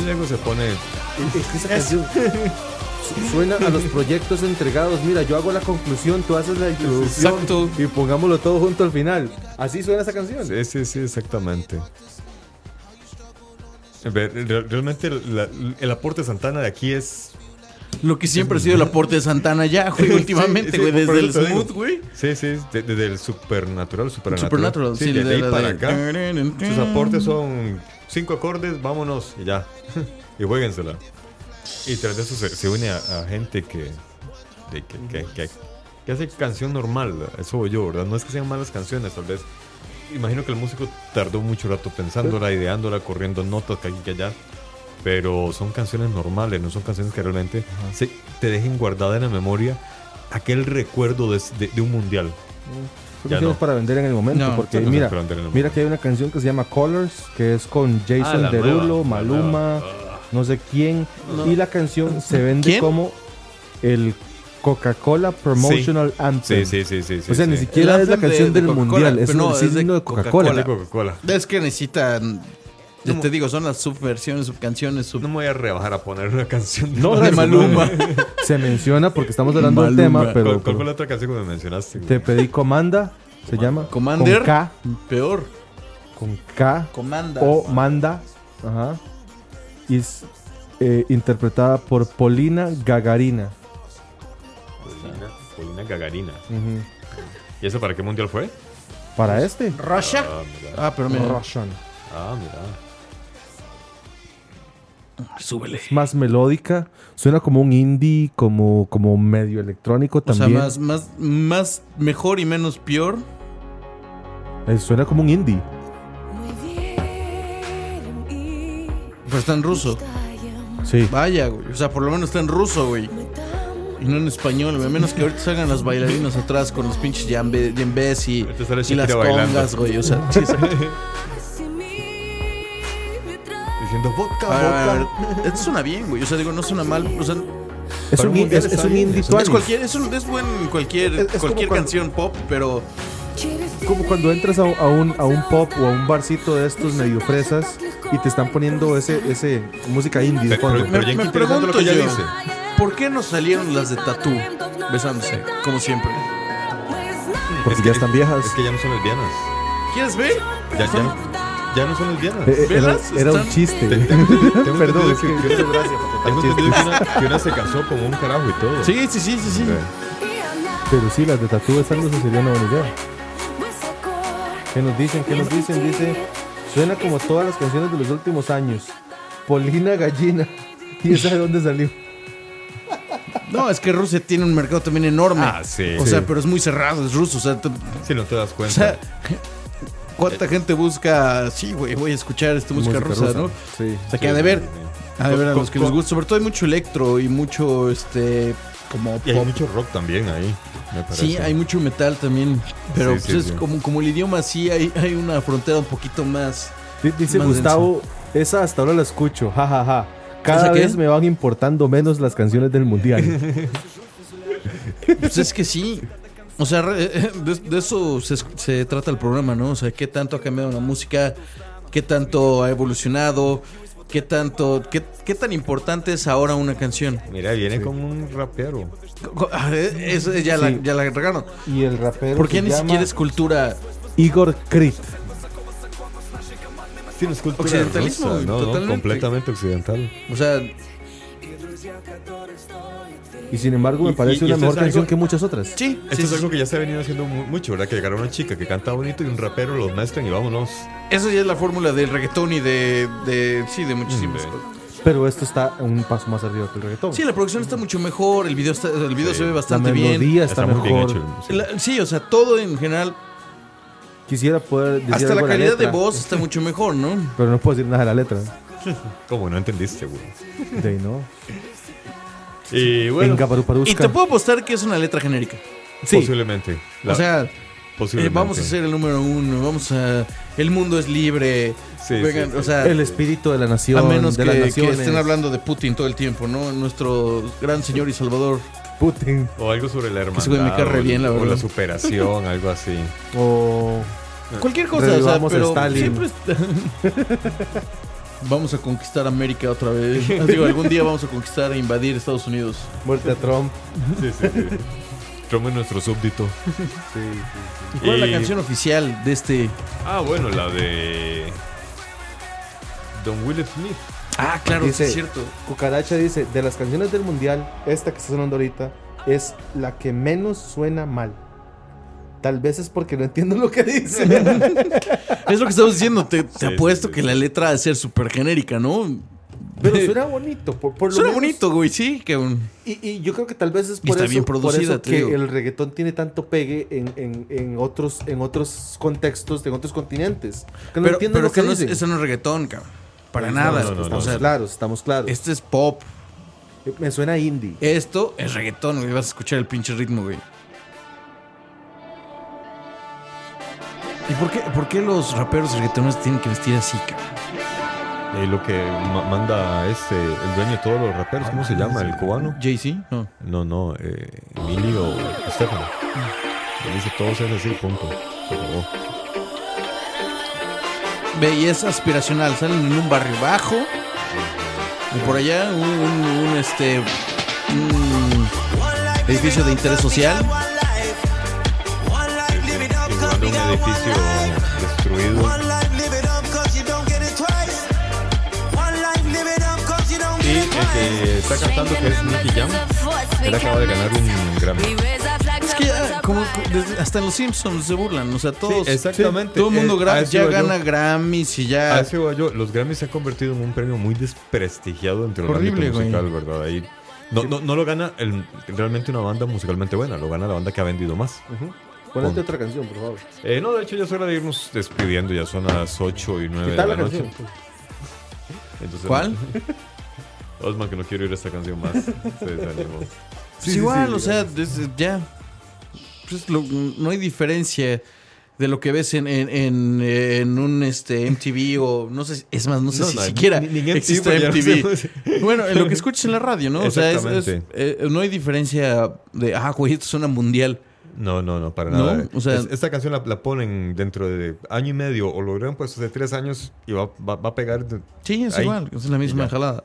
Speaker 4: Y luego se pone
Speaker 5: Es que esa canción su- suena a los proyectos entregados. Mira, yo hago la conclusión, tú haces la introducción.
Speaker 6: Exacto.
Speaker 5: Y pongámoslo todo junto al final. Así suena esa canción.
Speaker 4: Sí, sí, sí, exactamente. A ver, re- Realmente la- el aporte de Santana de aquí es...
Speaker 6: Lo que siempre ha sido el aporte de Santana ya, güey,
Speaker 4: Sí,
Speaker 6: últimamente,
Speaker 4: sí,
Speaker 6: güey.
Speaker 4: por
Speaker 6: desde el
Speaker 4: eso te digo.
Speaker 6: smooth, güey.
Speaker 4: Sí, sí, es de- desde el supernatural, supernatural.
Speaker 6: Supernatural,
Speaker 4: Sí, de, ahí
Speaker 6: la-
Speaker 4: para
Speaker 6: de-
Speaker 4: acá. Sus
Speaker 5: Mm.
Speaker 4: aportes son cinco acordes, vámonos y ya. y jueguensela. Y tras de eso se, se une a, a gente que, de- que, que- que- que hace canción normal. Eso voy yo, ¿verdad? No es que sean malas canciones, tal vez. Imagino que el músico tardó mucho rato pensándola, ideándola, corriendo notas que aquí que allá. Pero son canciones normales, no son canciones que realmente se- te dejen guardada en la memoria aquel recuerdo de, de- de un mundial.
Speaker 5: Son
Speaker 4: Ya
Speaker 5: canciones
Speaker 4: no.
Speaker 5: para vender en el momento.
Speaker 6: No,
Speaker 5: porque
Speaker 4: son cosas
Speaker 5: mira,
Speaker 4: para vender en el
Speaker 5: mira
Speaker 4: momento.
Speaker 5: que hay una canción que se llama Colors, que es con Jason
Speaker 4: Ah, la
Speaker 5: Derulo,
Speaker 4: nueva, Ah. la
Speaker 5: Maluma,
Speaker 4: nueva.
Speaker 5: no sé quién. Y la canción se vende
Speaker 6: ¿Quién?
Speaker 5: como el Coca-Cola Promotional Anthem.
Speaker 4: Sí, sí, sí, sí. sí,
Speaker 5: o sea,
Speaker 4: sí.
Speaker 5: ni siquiera
Speaker 6: El
Speaker 5: es la
Speaker 6: anthem de-
Speaker 5: canción
Speaker 6: de
Speaker 5: del
Speaker 6: Coca-Cola,
Speaker 5: mundial, es
Speaker 6: pero no,
Speaker 5: un
Speaker 6: es
Speaker 5: es
Speaker 6: de
Speaker 5: himno de
Speaker 4: De
Speaker 5: Coca-Cola.
Speaker 4: Coca-Cola.
Speaker 6: Es que necesitan. Ya te digo, son las subversiones, subcanciones, sub.
Speaker 4: No me voy a rebajar a poner una canción de
Speaker 5: No,
Speaker 6: de
Speaker 5: se
Speaker 6: Maluma.
Speaker 5: Se menciona porque estamos hablando del
Speaker 6: Maluma.
Speaker 5: tema, pero,
Speaker 4: ¿Cuál, cuál
Speaker 5: pero
Speaker 4: fue la otra canción que me mencionaste? güey?
Speaker 5: te pedí Comanda, se llama
Speaker 6: Commander.
Speaker 5: con K,
Speaker 6: Peor.
Speaker 5: con K
Speaker 6: Comanda.
Speaker 5: o
Speaker 4: Oh,
Speaker 5: Manda, ajá, y es eh, interpretada por Polina Gagarina.
Speaker 4: Polina, Polina Gagarina.
Speaker 5: Ujú.
Speaker 4: ¿Y eso para qué mundial fue?
Speaker 5: Para este,
Speaker 6: Russia.
Speaker 4: Ah, mira.
Speaker 6: Ah, pero mira.
Speaker 5: Russian.
Speaker 4: Ah, mira.
Speaker 6: Súbele.
Speaker 5: Es más melódica, suena como un indie, como, como medio electrónico
Speaker 6: O sea,
Speaker 5: también.
Speaker 6: más, más, más mejor y menos peor.
Speaker 5: Eh, suena como un indie.
Speaker 6: Pero está en
Speaker 5: Oh.
Speaker 6: ruso.
Speaker 5: Sí.
Speaker 6: Vaya, güey. O sea, por lo menos está en ruso, güey. Y no en español, güey. A menos que ahorita salgan las bailarinas atrás con los pinches jambe- jambes y,
Speaker 4: Ahorita sale
Speaker 6: y las
Speaker 4: Shakira bailando.
Speaker 6: congas, güey. O sea, sí, exacto.
Speaker 4: Diciendo vodka,
Speaker 6: A ver, a ver,
Speaker 4: vodka.
Speaker 6: a ver. Esto suena bien, güey. O sea, digo, no suena mal. O sea, no
Speaker 5: Es
Speaker 4: Para
Speaker 5: un,
Speaker 4: un
Speaker 5: indie-
Speaker 4: mundial
Speaker 5: es, es
Speaker 4: está
Speaker 5: un
Speaker 4: bien,
Speaker 5: indie
Speaker 4: es
Speaker 6: es
Speaker 5: twang.
Speaker 6: cualquier, es, un, es buen cualquier,
Speaker 5: Es- es como
Speaker 6: cualquier
Speaker 5: cuando-
Speaker 6: canción pop, pero
Speaker 5: Como cuando entras a, a un, a un pop o a un barcito de estos medio fresas y te están poniendo ese, ese música indie de
Speaker 4: Pero-
Speaker 5: fondo.
Speaker 6: me,
Speaker 4: ya
Speaker 6: me
Speaker 4: qué interesante lo
Speaker 6: pregunto
Speaker 4: que
Speaker 6: yo,
Speaker 4: ella dice.
Speaker 6: ¿por qué no salieron las de Tatú besándose, como siempre?
Speaker 5: Porque ya están viejas.
Speaker 4: Es que ya no son lesbianas.
Speaker 6: ¿Quieres ver?
Speaker 4: Ya, ya, ya no son lesbianas.
Speaker 5: Eh, eh, era,
Speaker 6: velas
Speaker 5: era un
Speaker 6: están-
Speaker 5: chiste.
Speaker 4: Tengo
Speaker 5: Perdón,
Speaker 4: entendido
Speaker 5: es que
Speaker 4: que- que- Tengo entendido que una, que una se casó con un carajo y todo.
Speaker 6: Sí, sí, sí, sí, sí.
Speaker 5: Pero sí, las de tatú besándose sería una buena idea. ¿Qué nos dicen? ¿Qué nos dicen? Dice, suena como todas las canciones de los últimos años. Polina Gallina. ¿Y esa de dónde salió?
Speaker 6: No, es que Rusia tiene un mercado también enorme.
Speaker 4: Ah, sí.
Speaker 6: O sea,
Speaker 4: Sí.
Speaker 6: pero es muy cerrado, es ruso. O sea, te-
Speaker 4: Si no te das
Speaker 6: o
Speaker 4: cuenta.
Speaker 6: sea,
Speaker 4: Eh.
Speaker 6: ¿cuánta gente busca? Sí, güey, voy a escuchar esta música, rusa,
Speaker 5: rusa.
Speaker 6: ¿no?
Speaker 5: Sí.
Speaker 6: O sea, que ha de ver, ha de ver a
Speaker 4: Co-
Speaker 6: los que
Speaker 4: co-
Speaker 6: les gusta. Sobre todo hay mucho electro y mucho, este, como
Speaker 4: y hay
Speaker 6: pop.
Speaker 4: mucho rock también ahí. Me parece.
Speaker 6: Sí, hay mucho metal también. Pero
Speaker 4: Sí, sí,
Speaker 6: pues es
Speaker 4: sí.
Speaker 6: Como, como el idioma, sí, hay, hay una frontera un poquito más.
Speaker 5: Di- Dice
Speaker 6: Más
Speaker 5: Gustavo, esa hasta ahora la escucho, jajaja. Cada
Speaker 6: ¿Esa qué?
Speaker 5: vez me van importando menos las canciones del mundial.
Speaker 6: Pues es que sí. O sea, re- eh, de, de eso se, se trata el programa, ¿no? O sea, qué tanto ha cambiado la música, qué tanto ha evolucionado, qué tanto, qué, qué tan importante es ahora una canción.
Speaker 4: Mira, viene como un rapero.
Speaker 6: Ah, eh, eso ya, la,
Speaker 5: Sí.
Speaker 6: ya la agregaron.
Speaker 5: y el rapero
Speaker 6: Porque ya ni siquiera es cultura
Speaker 5: Igor Crit.
Speaker 4: Sí, no es cultura
Speaker 6: Occidentalismo,
Speaker 4: rusa, no, no,
Speaker 6: totalmente.
Speaker 4: completamente occidental.
Speaker 6: O sea,
Speaker 5: Y sin embargo
Speaker 4: Y-
Speaker 5: me
Speaker 4: y-
Speaker 5: parece
Speaker 4: y
Speaker 5: una
Speaker 4: esto
Speaker 5: mejor
Speaker 4: es algo-
Speaker 5: canción que muchas otras.
Speaker 6: sí,
Speaker 4: Esto
Speaker 6: sí,
Speaker 4: es
Speaker 6: sí,
Speaker 4: algo que ya se ha venido haciendo mu- mucho, ¿verdad? Que llegaron una chica que canta bonito y un rapero los mezclan y vámonos.
Speaker 6: Eso ya es la fórmula del reggaetón y de, de- sí, de muchísimas
Speaker 4: Mm,
Speaker 6: cosas.
Speaker 5: Pero esto está un paso más arriba que el reggaetón.
Speaker 6: Sí, la producción está mucho mejor, el video, está- el video se ve bastante
Speaker 5: la melodía
Speaker 6: bien.
Speaker 5: está,
Speaker 4: muy bien
Speaker 5: mejor.
Speaker 4: hecho, sí.
Speaker 6: La- sí, o sea, todo en general,
Speaker 5: Quisiera poder decir
Speaker 6: hasta la
Speaker 5: algo de
Speaker 6: calidad de
Speaker 5: letra,
Speaker 6: voz está mucho mejor, ¿no?
Speaker 5: Pero no puedo decir nada de la letra.
Speaker 4: ¿Cómo? No entendiste, güey.
Speaker 5: De ahí no.
Speaker 4: Y
Speaker 5: En
Speaker 4: bueno,
Speaker 6: Y te puedo apostar que es una letra genérica.
Speaker 4: posiblemente. La-
Speaker 6: o sea, eh,
Speaker 4: posiblemente.
Speaker 6: vamos a ser el número uno, vamos a... El mundo es libre.
Speaker 4: Sí,
Speaker 6: vengan,
Speaker 4: sí, sí.
Speaker 6: O sea,
Speaker 5: El espíritu de la nación.
Speaker 6: a menos
Speaker 5: de
Speaker 6: que,
Speaker 5: las
Speaker 6: que
Speaker 5: naciones.
Speaker 6: estén hablando de Putin todo el tiempo, ¿no? Nuestro gran señor y salvador.
Speaker 5: Putin
Speaker 4: O algo sobre la hermandad.
Speaker 6: Ese güey me cae re
Speaker 4: o-
Speaker 6: bien, la
Speaker 4: O
Speaker 6: verdad.
Speaker 4: la superación, algo así.
Speaker 5: o
Speaker 6: Cualquier cosa, o sea,
Speaker 5: Revivamos a
Speaker 6: pero
Speaker 5: Stalin.
Speaker 6: siempre está- Vamos a conquistar América otra vez. Digo, algún día vamos a conquistar e invadir Estados Unidos.
Speaker 5: muerte a Trump.
Speaker 4: Sí, sí, sí. Trump es nuestro súbdito.
Speaker 6: ¿Y cuál es
Speaker 4: Y-
Speaker 6: la canción oficial de este?
Speaker 4: Ah, bueno, la de. Don Will Smith.
Speaker 6: Ah, claro,
Speaker 5: Dice-
Speaker 6: es cierto.
Speaker 5: Cucaracha dice, de las canciones del mundial, esta que está sonando ahorita es la que menos suena mal. Tal vez es porque no entiendo lo que dice.
Speaker 6: Es lo que estamos diciendo. Te, te
Speaker 4: Sí,
Speaker 6: apuesto
Speaker 4: sí, sí.
Speaker 6: que la letra de ser súper genérica, ¿no?
Speaker 5: Pero suena bonito, por, por lo
Speaker 6: Suena
Speaker 5: menos.
Speaker 6: bonito, güey, sí. Que un-
Speaker 5: Y, y yo creo que tal vez es
Speaker 6: Y
Speaker 5: por
Speaker 6: está
Speaker 5: eso,
Speaker 6: bien
Speaker 5: por
Speaker 6: producida,
Speaker 5: eso
Speaker 6: te
Speaker 5: que
Speaker 6: digo.
Speaker 5: el reggaetón tiene tanto pegue en, en- en otros, en otros contextos, en otros continentes. Que no
Speaker 6: pero
Speaker 5: entienden
Speaker 6: pero
Speaker 5: lo que
Speaker 6: eso no es,
Speaker 5: dicen.
Speaker 6: eso no es reggaetón, cabrón. Para nada.
Speaker 4: no, no,
Speaker 6: o
Speaker 5: estamos
Speaker 6: sea,
Speaker 5: claros, estamos claros. Eh,
Speaker 6: este es pop.
Speaker 5: Me suena indie.
Speaker 6: Esto es reggaetón, güey. Vas a escuchar el pinche ritmo, güey. ¿Y por qué, por qué los raperos reggaetoneros tienen que vestir así, cabrón?
Speaker 4: Y Eh, lo que ma- manda este, el dueño de todos los raperos, ¿cómo se
Speaker 6: Ah,
Speaker 4: llama? ¿El cubano?
Speaker 6: ¿Jay-Z? No.
Speaker 4: No, no, eh, Emilio Estefano. Él dice todos es así, punto. Se acabó.
Speaker 6: Ve, y es aspiracional. Salen en un barrio bajo. Y por allá un, un- un, este... un edificio de interés social.
Speaker 4: Y jugando en un edificio destruido. Y el que está cantando, que es Nicky Jam, él acaba de ganar un Grammy.
Speaker 6: Es que
Speaker 5: ah,
Speaker 6: ya, como, desde- hasta en los Simpsons se burlan. O sea, todos...
Speaker 4: exactamente.
Speaker 6: Todo el mundo
Speaker 4: Eh,
Speaker 6: gra-
Speaker 4: a eso
Speaker 6: ya
Speaker 4: iba yo.
Speaker 6: gana Grammys y ya...
Speaker 4: A eso iba Ah, yo. Los Grammys se han convertido en un premio muy desprestigiado entre el
Speaker 6: Horrible,
Speaker 4: ámbito
Speaker 6: güey.
Speaker 4: musical, ¿verdad? Ahí no, no, no lo gana el- realmente una banda musicalmente buena, lo gana la banda que ha vendido más.
Speaker 5: Ponete
Speaker 4: Ponte.
Speaker 5: otra canción, por favor.
Speaker 4: Eh, no, de hecho ya es hora de irnos despidiendo, ya son las 8 y 9 de
Speaker 5: Quitar
Speaker 4: la
Speaker 5: la
Speaker 4: noche.
Speaker 5: canción.
Speaker 6: pues.
Speaker 4: Entonces,
Speaker 6: ¿Cuál?
Speaker 4: Osman, que no quiero ir a esta canción más. Se desanimó.
Speaker 6: Pues igual, o sea, des- ya. Pues lo- no hay diferencia de lo que ves en, en, en- en un este, MTV o no sé, es más, no sé
Speaker 4: No,
Speaker 6: si
Speaker 4: no,
Speaker 6: siquiera
Speaker 4: ni- ni en
Speaker 6: existe
Speaker 4: MTV, ya no
Speaker 6: MTV.
Speaker 4: sé.
Speaker 6: Bueno, en lo que escuchas en la radio, ¿no? O sea, es- es-
Speaker 4: Exactamente.
Speaker 6: eh, no hay diferencia de, ah, güey, esto suena mundial.
Speaker 4: No, no, no, para
Speaker 6: No,
Speaker 4: nada.
Speaker 6: o sea-
Speaker 4: Es- esta canción la, la ponen dentro de año y medio o lo hubieran puesto hace tres años y va, va- va a pegar. de-
Speaker 6: Sí, es
Speaker 4: Ahí.
Speaker 6: igual, es la misma
Speaker 4: ya.
Speaker 6: jalada.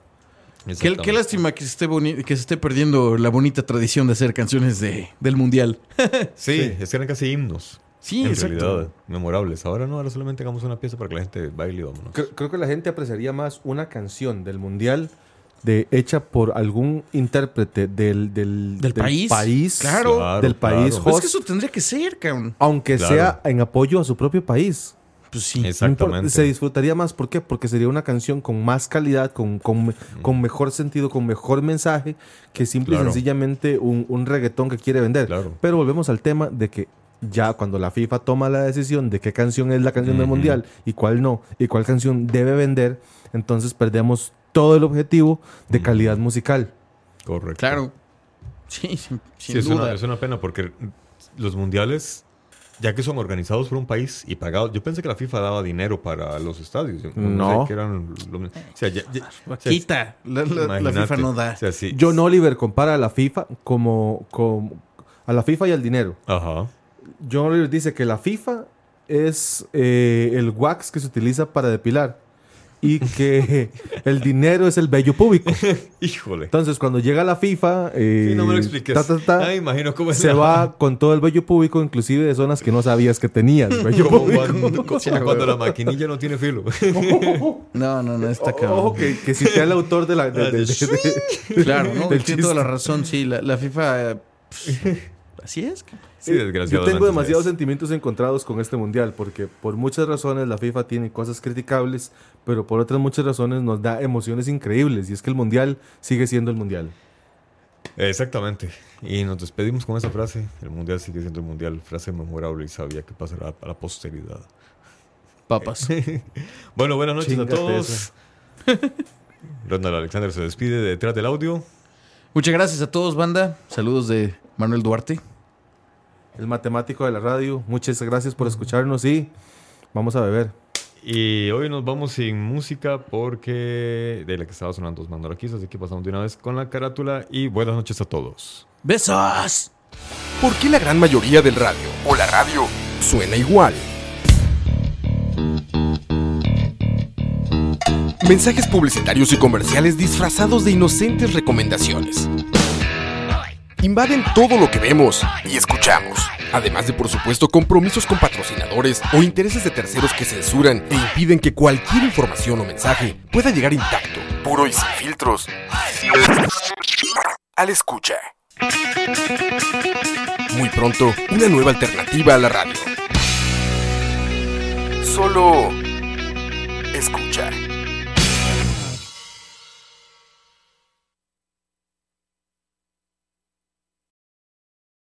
Speaker 6: Qué, qué lástima que se, esté boni- que se esté perdiendo la bonita tradición de hacer canciones de, del mundial.
Speaker 4: Sí, es que eran casi himnos.
Speaker 6: Sí,
Speaker 4: en
Speaker 6: exacto.
Speaker 4: realidad, memorables. Ahora no, ahora solamente hagamos una pieza para que la gente baile y vámonos.
Speaker 5: Creo, creo que la gente apreciaría más una canción del mundial de, hecha por algún intérprete del, del,
Speaker 6: Del país. Claro.
Speaker 5: del país
Speaker 4: claro.
Speaker 6: Pues es
Speaker 5: host,
Speaker 6: que eso tendría que ser, cabrón.
Speaker 5: aunque
Speaker 4: Claro.
Speaker 5: sea en apoyo a su propio país.
Speaker 6: Pues sí.
Speaker 5: No importa,
Speaker 4: Exactamente.
Speaker 5: Se disfrutaría más, ¿por qué? Porque sería una canción con más calidad, con, con, con mejor sentido, con mejor mensaje, que simple
Speaker 4: Claro.
Speaker 5: y sencillamente un, un reggaetón que quiere vender.
Speaker 4: Claro.
Speaker 5: Pero volvemos al tema de que ya cuando la FIFA toma la decisión de qué canción es la canción del mundial y cuál no, y cuál canción debe vender, entonces perdemos todo el objetivo de calidad musical.
Speaker 4: Correcto.
Speaker 6: Claro. Sí, sin,
Speaker 4: Sí,
Speaker 6: sin
Speaker 4: es,
Speaker 6: duda.
Speaker 4: Una, es una pena porque los mundiales, ya que son organizados por un país y pagados, yo pensé que la FIFA daba dinero para los estadios. Yo
Speaker 5: No.
Speaker 4: sé que eran lo- o sea, ya- ya- o sea,
Speaker 6: Quita. La, la- la
Speaker 4: imagínate.
Speaker 6: FIFA no da.
Speaker 4: O sea, sí.
Speaker 5: John Oliver compara a la FIFA como, como a la FIFA y al dinero.
Speaker 4: Ajá.
Speaker 5: John Oliver dice que la FIFA es eh, el wax que se utiliza para depilar y que el dinero es el bello público.
Speaker 4: Híjole.
Speaker 5: Entonces, cuando llega la FIFA, eh,
Speaker 4: Sí, no me lo expliques.
Speaker 5: ta, ta, ta,
Speaker 4: Ay, pues imagino cómo es
Speaker 5: se
Speaker 4: la-
Speaker 5: va con todo el bello público, inclusive de zonas que no sabías que tenías. Bello
Speaker 4: Como
Speaker 5: público.
Speaker 4: cuando, como cuando la maquinilla no tiene filo.
Speaker 6: No, no, no,
Speaker 4: Oh,
Speaker 6: está cabrón.
Speaker 5: Ojo, que, que cité al autor de la. de- de- de- de-
Speaker 4: oh.
Speaker 6: Claro, ¿no?
Speaker 5: del
Speaker 6: Tiene toda la
Speaker 5: chiste.
Speaker 6: razón, sí. La, la FIFA. eh, pff, Así es. cabrón.
Speaker 4: Sí, desgraciado.
Speaker 5: Yo tengo demasiados sentimientos encontrados con este mundial porque por muchas razones la FIFA tiene cosas criticables, pero por otras muchas razones nos da emociones increíbles y es que el mundial sigue siendo el mundial.
Speaker 4: Exactamente. Y nos despedimos con esa frase. El mundial sigue siendo el mundial. Frase memorable y sabía que pasará a la posteridad.
Speaker 6: Papas.
Speaker 4: Bueno, buenas noches
Speaker 5: Chíngate
Speaker 4: a todos.
Speaker 5: esa.
Speaker 4: Ronald Alexander se despide de detrás del audio.
Speaker 6: Muchas gracias a todos, banda. Saludos de Manuel Duarte.
Speaker 5: El matemático de la radio, muchas gracias por escucharnos y vamos a beber.
Speaker 4: Y hoy nos vamos sin música porque de la que estaba sonando os mando aquí, así que pasamos de una vez con la carátula y buenas noches a todos.
Speaker 6: ¡Besos!
Speaker 1: ¿Por qué la gran mayoría del radio o la radio suena igual? Mensajes publicitarios y comerciales disfrazados de inocentes recomendaciones. Invaden todo lo que vemos y escuchamos. Además de, por supuesto, compromisos con patrocinadores o intereses de terceros que censuran e impiden que cualquier información o mensaje pueda llegar intacto, puro y sin filtros. Al escucha. Muy pronto, una nueva alternativa a la radio. Solo escucha.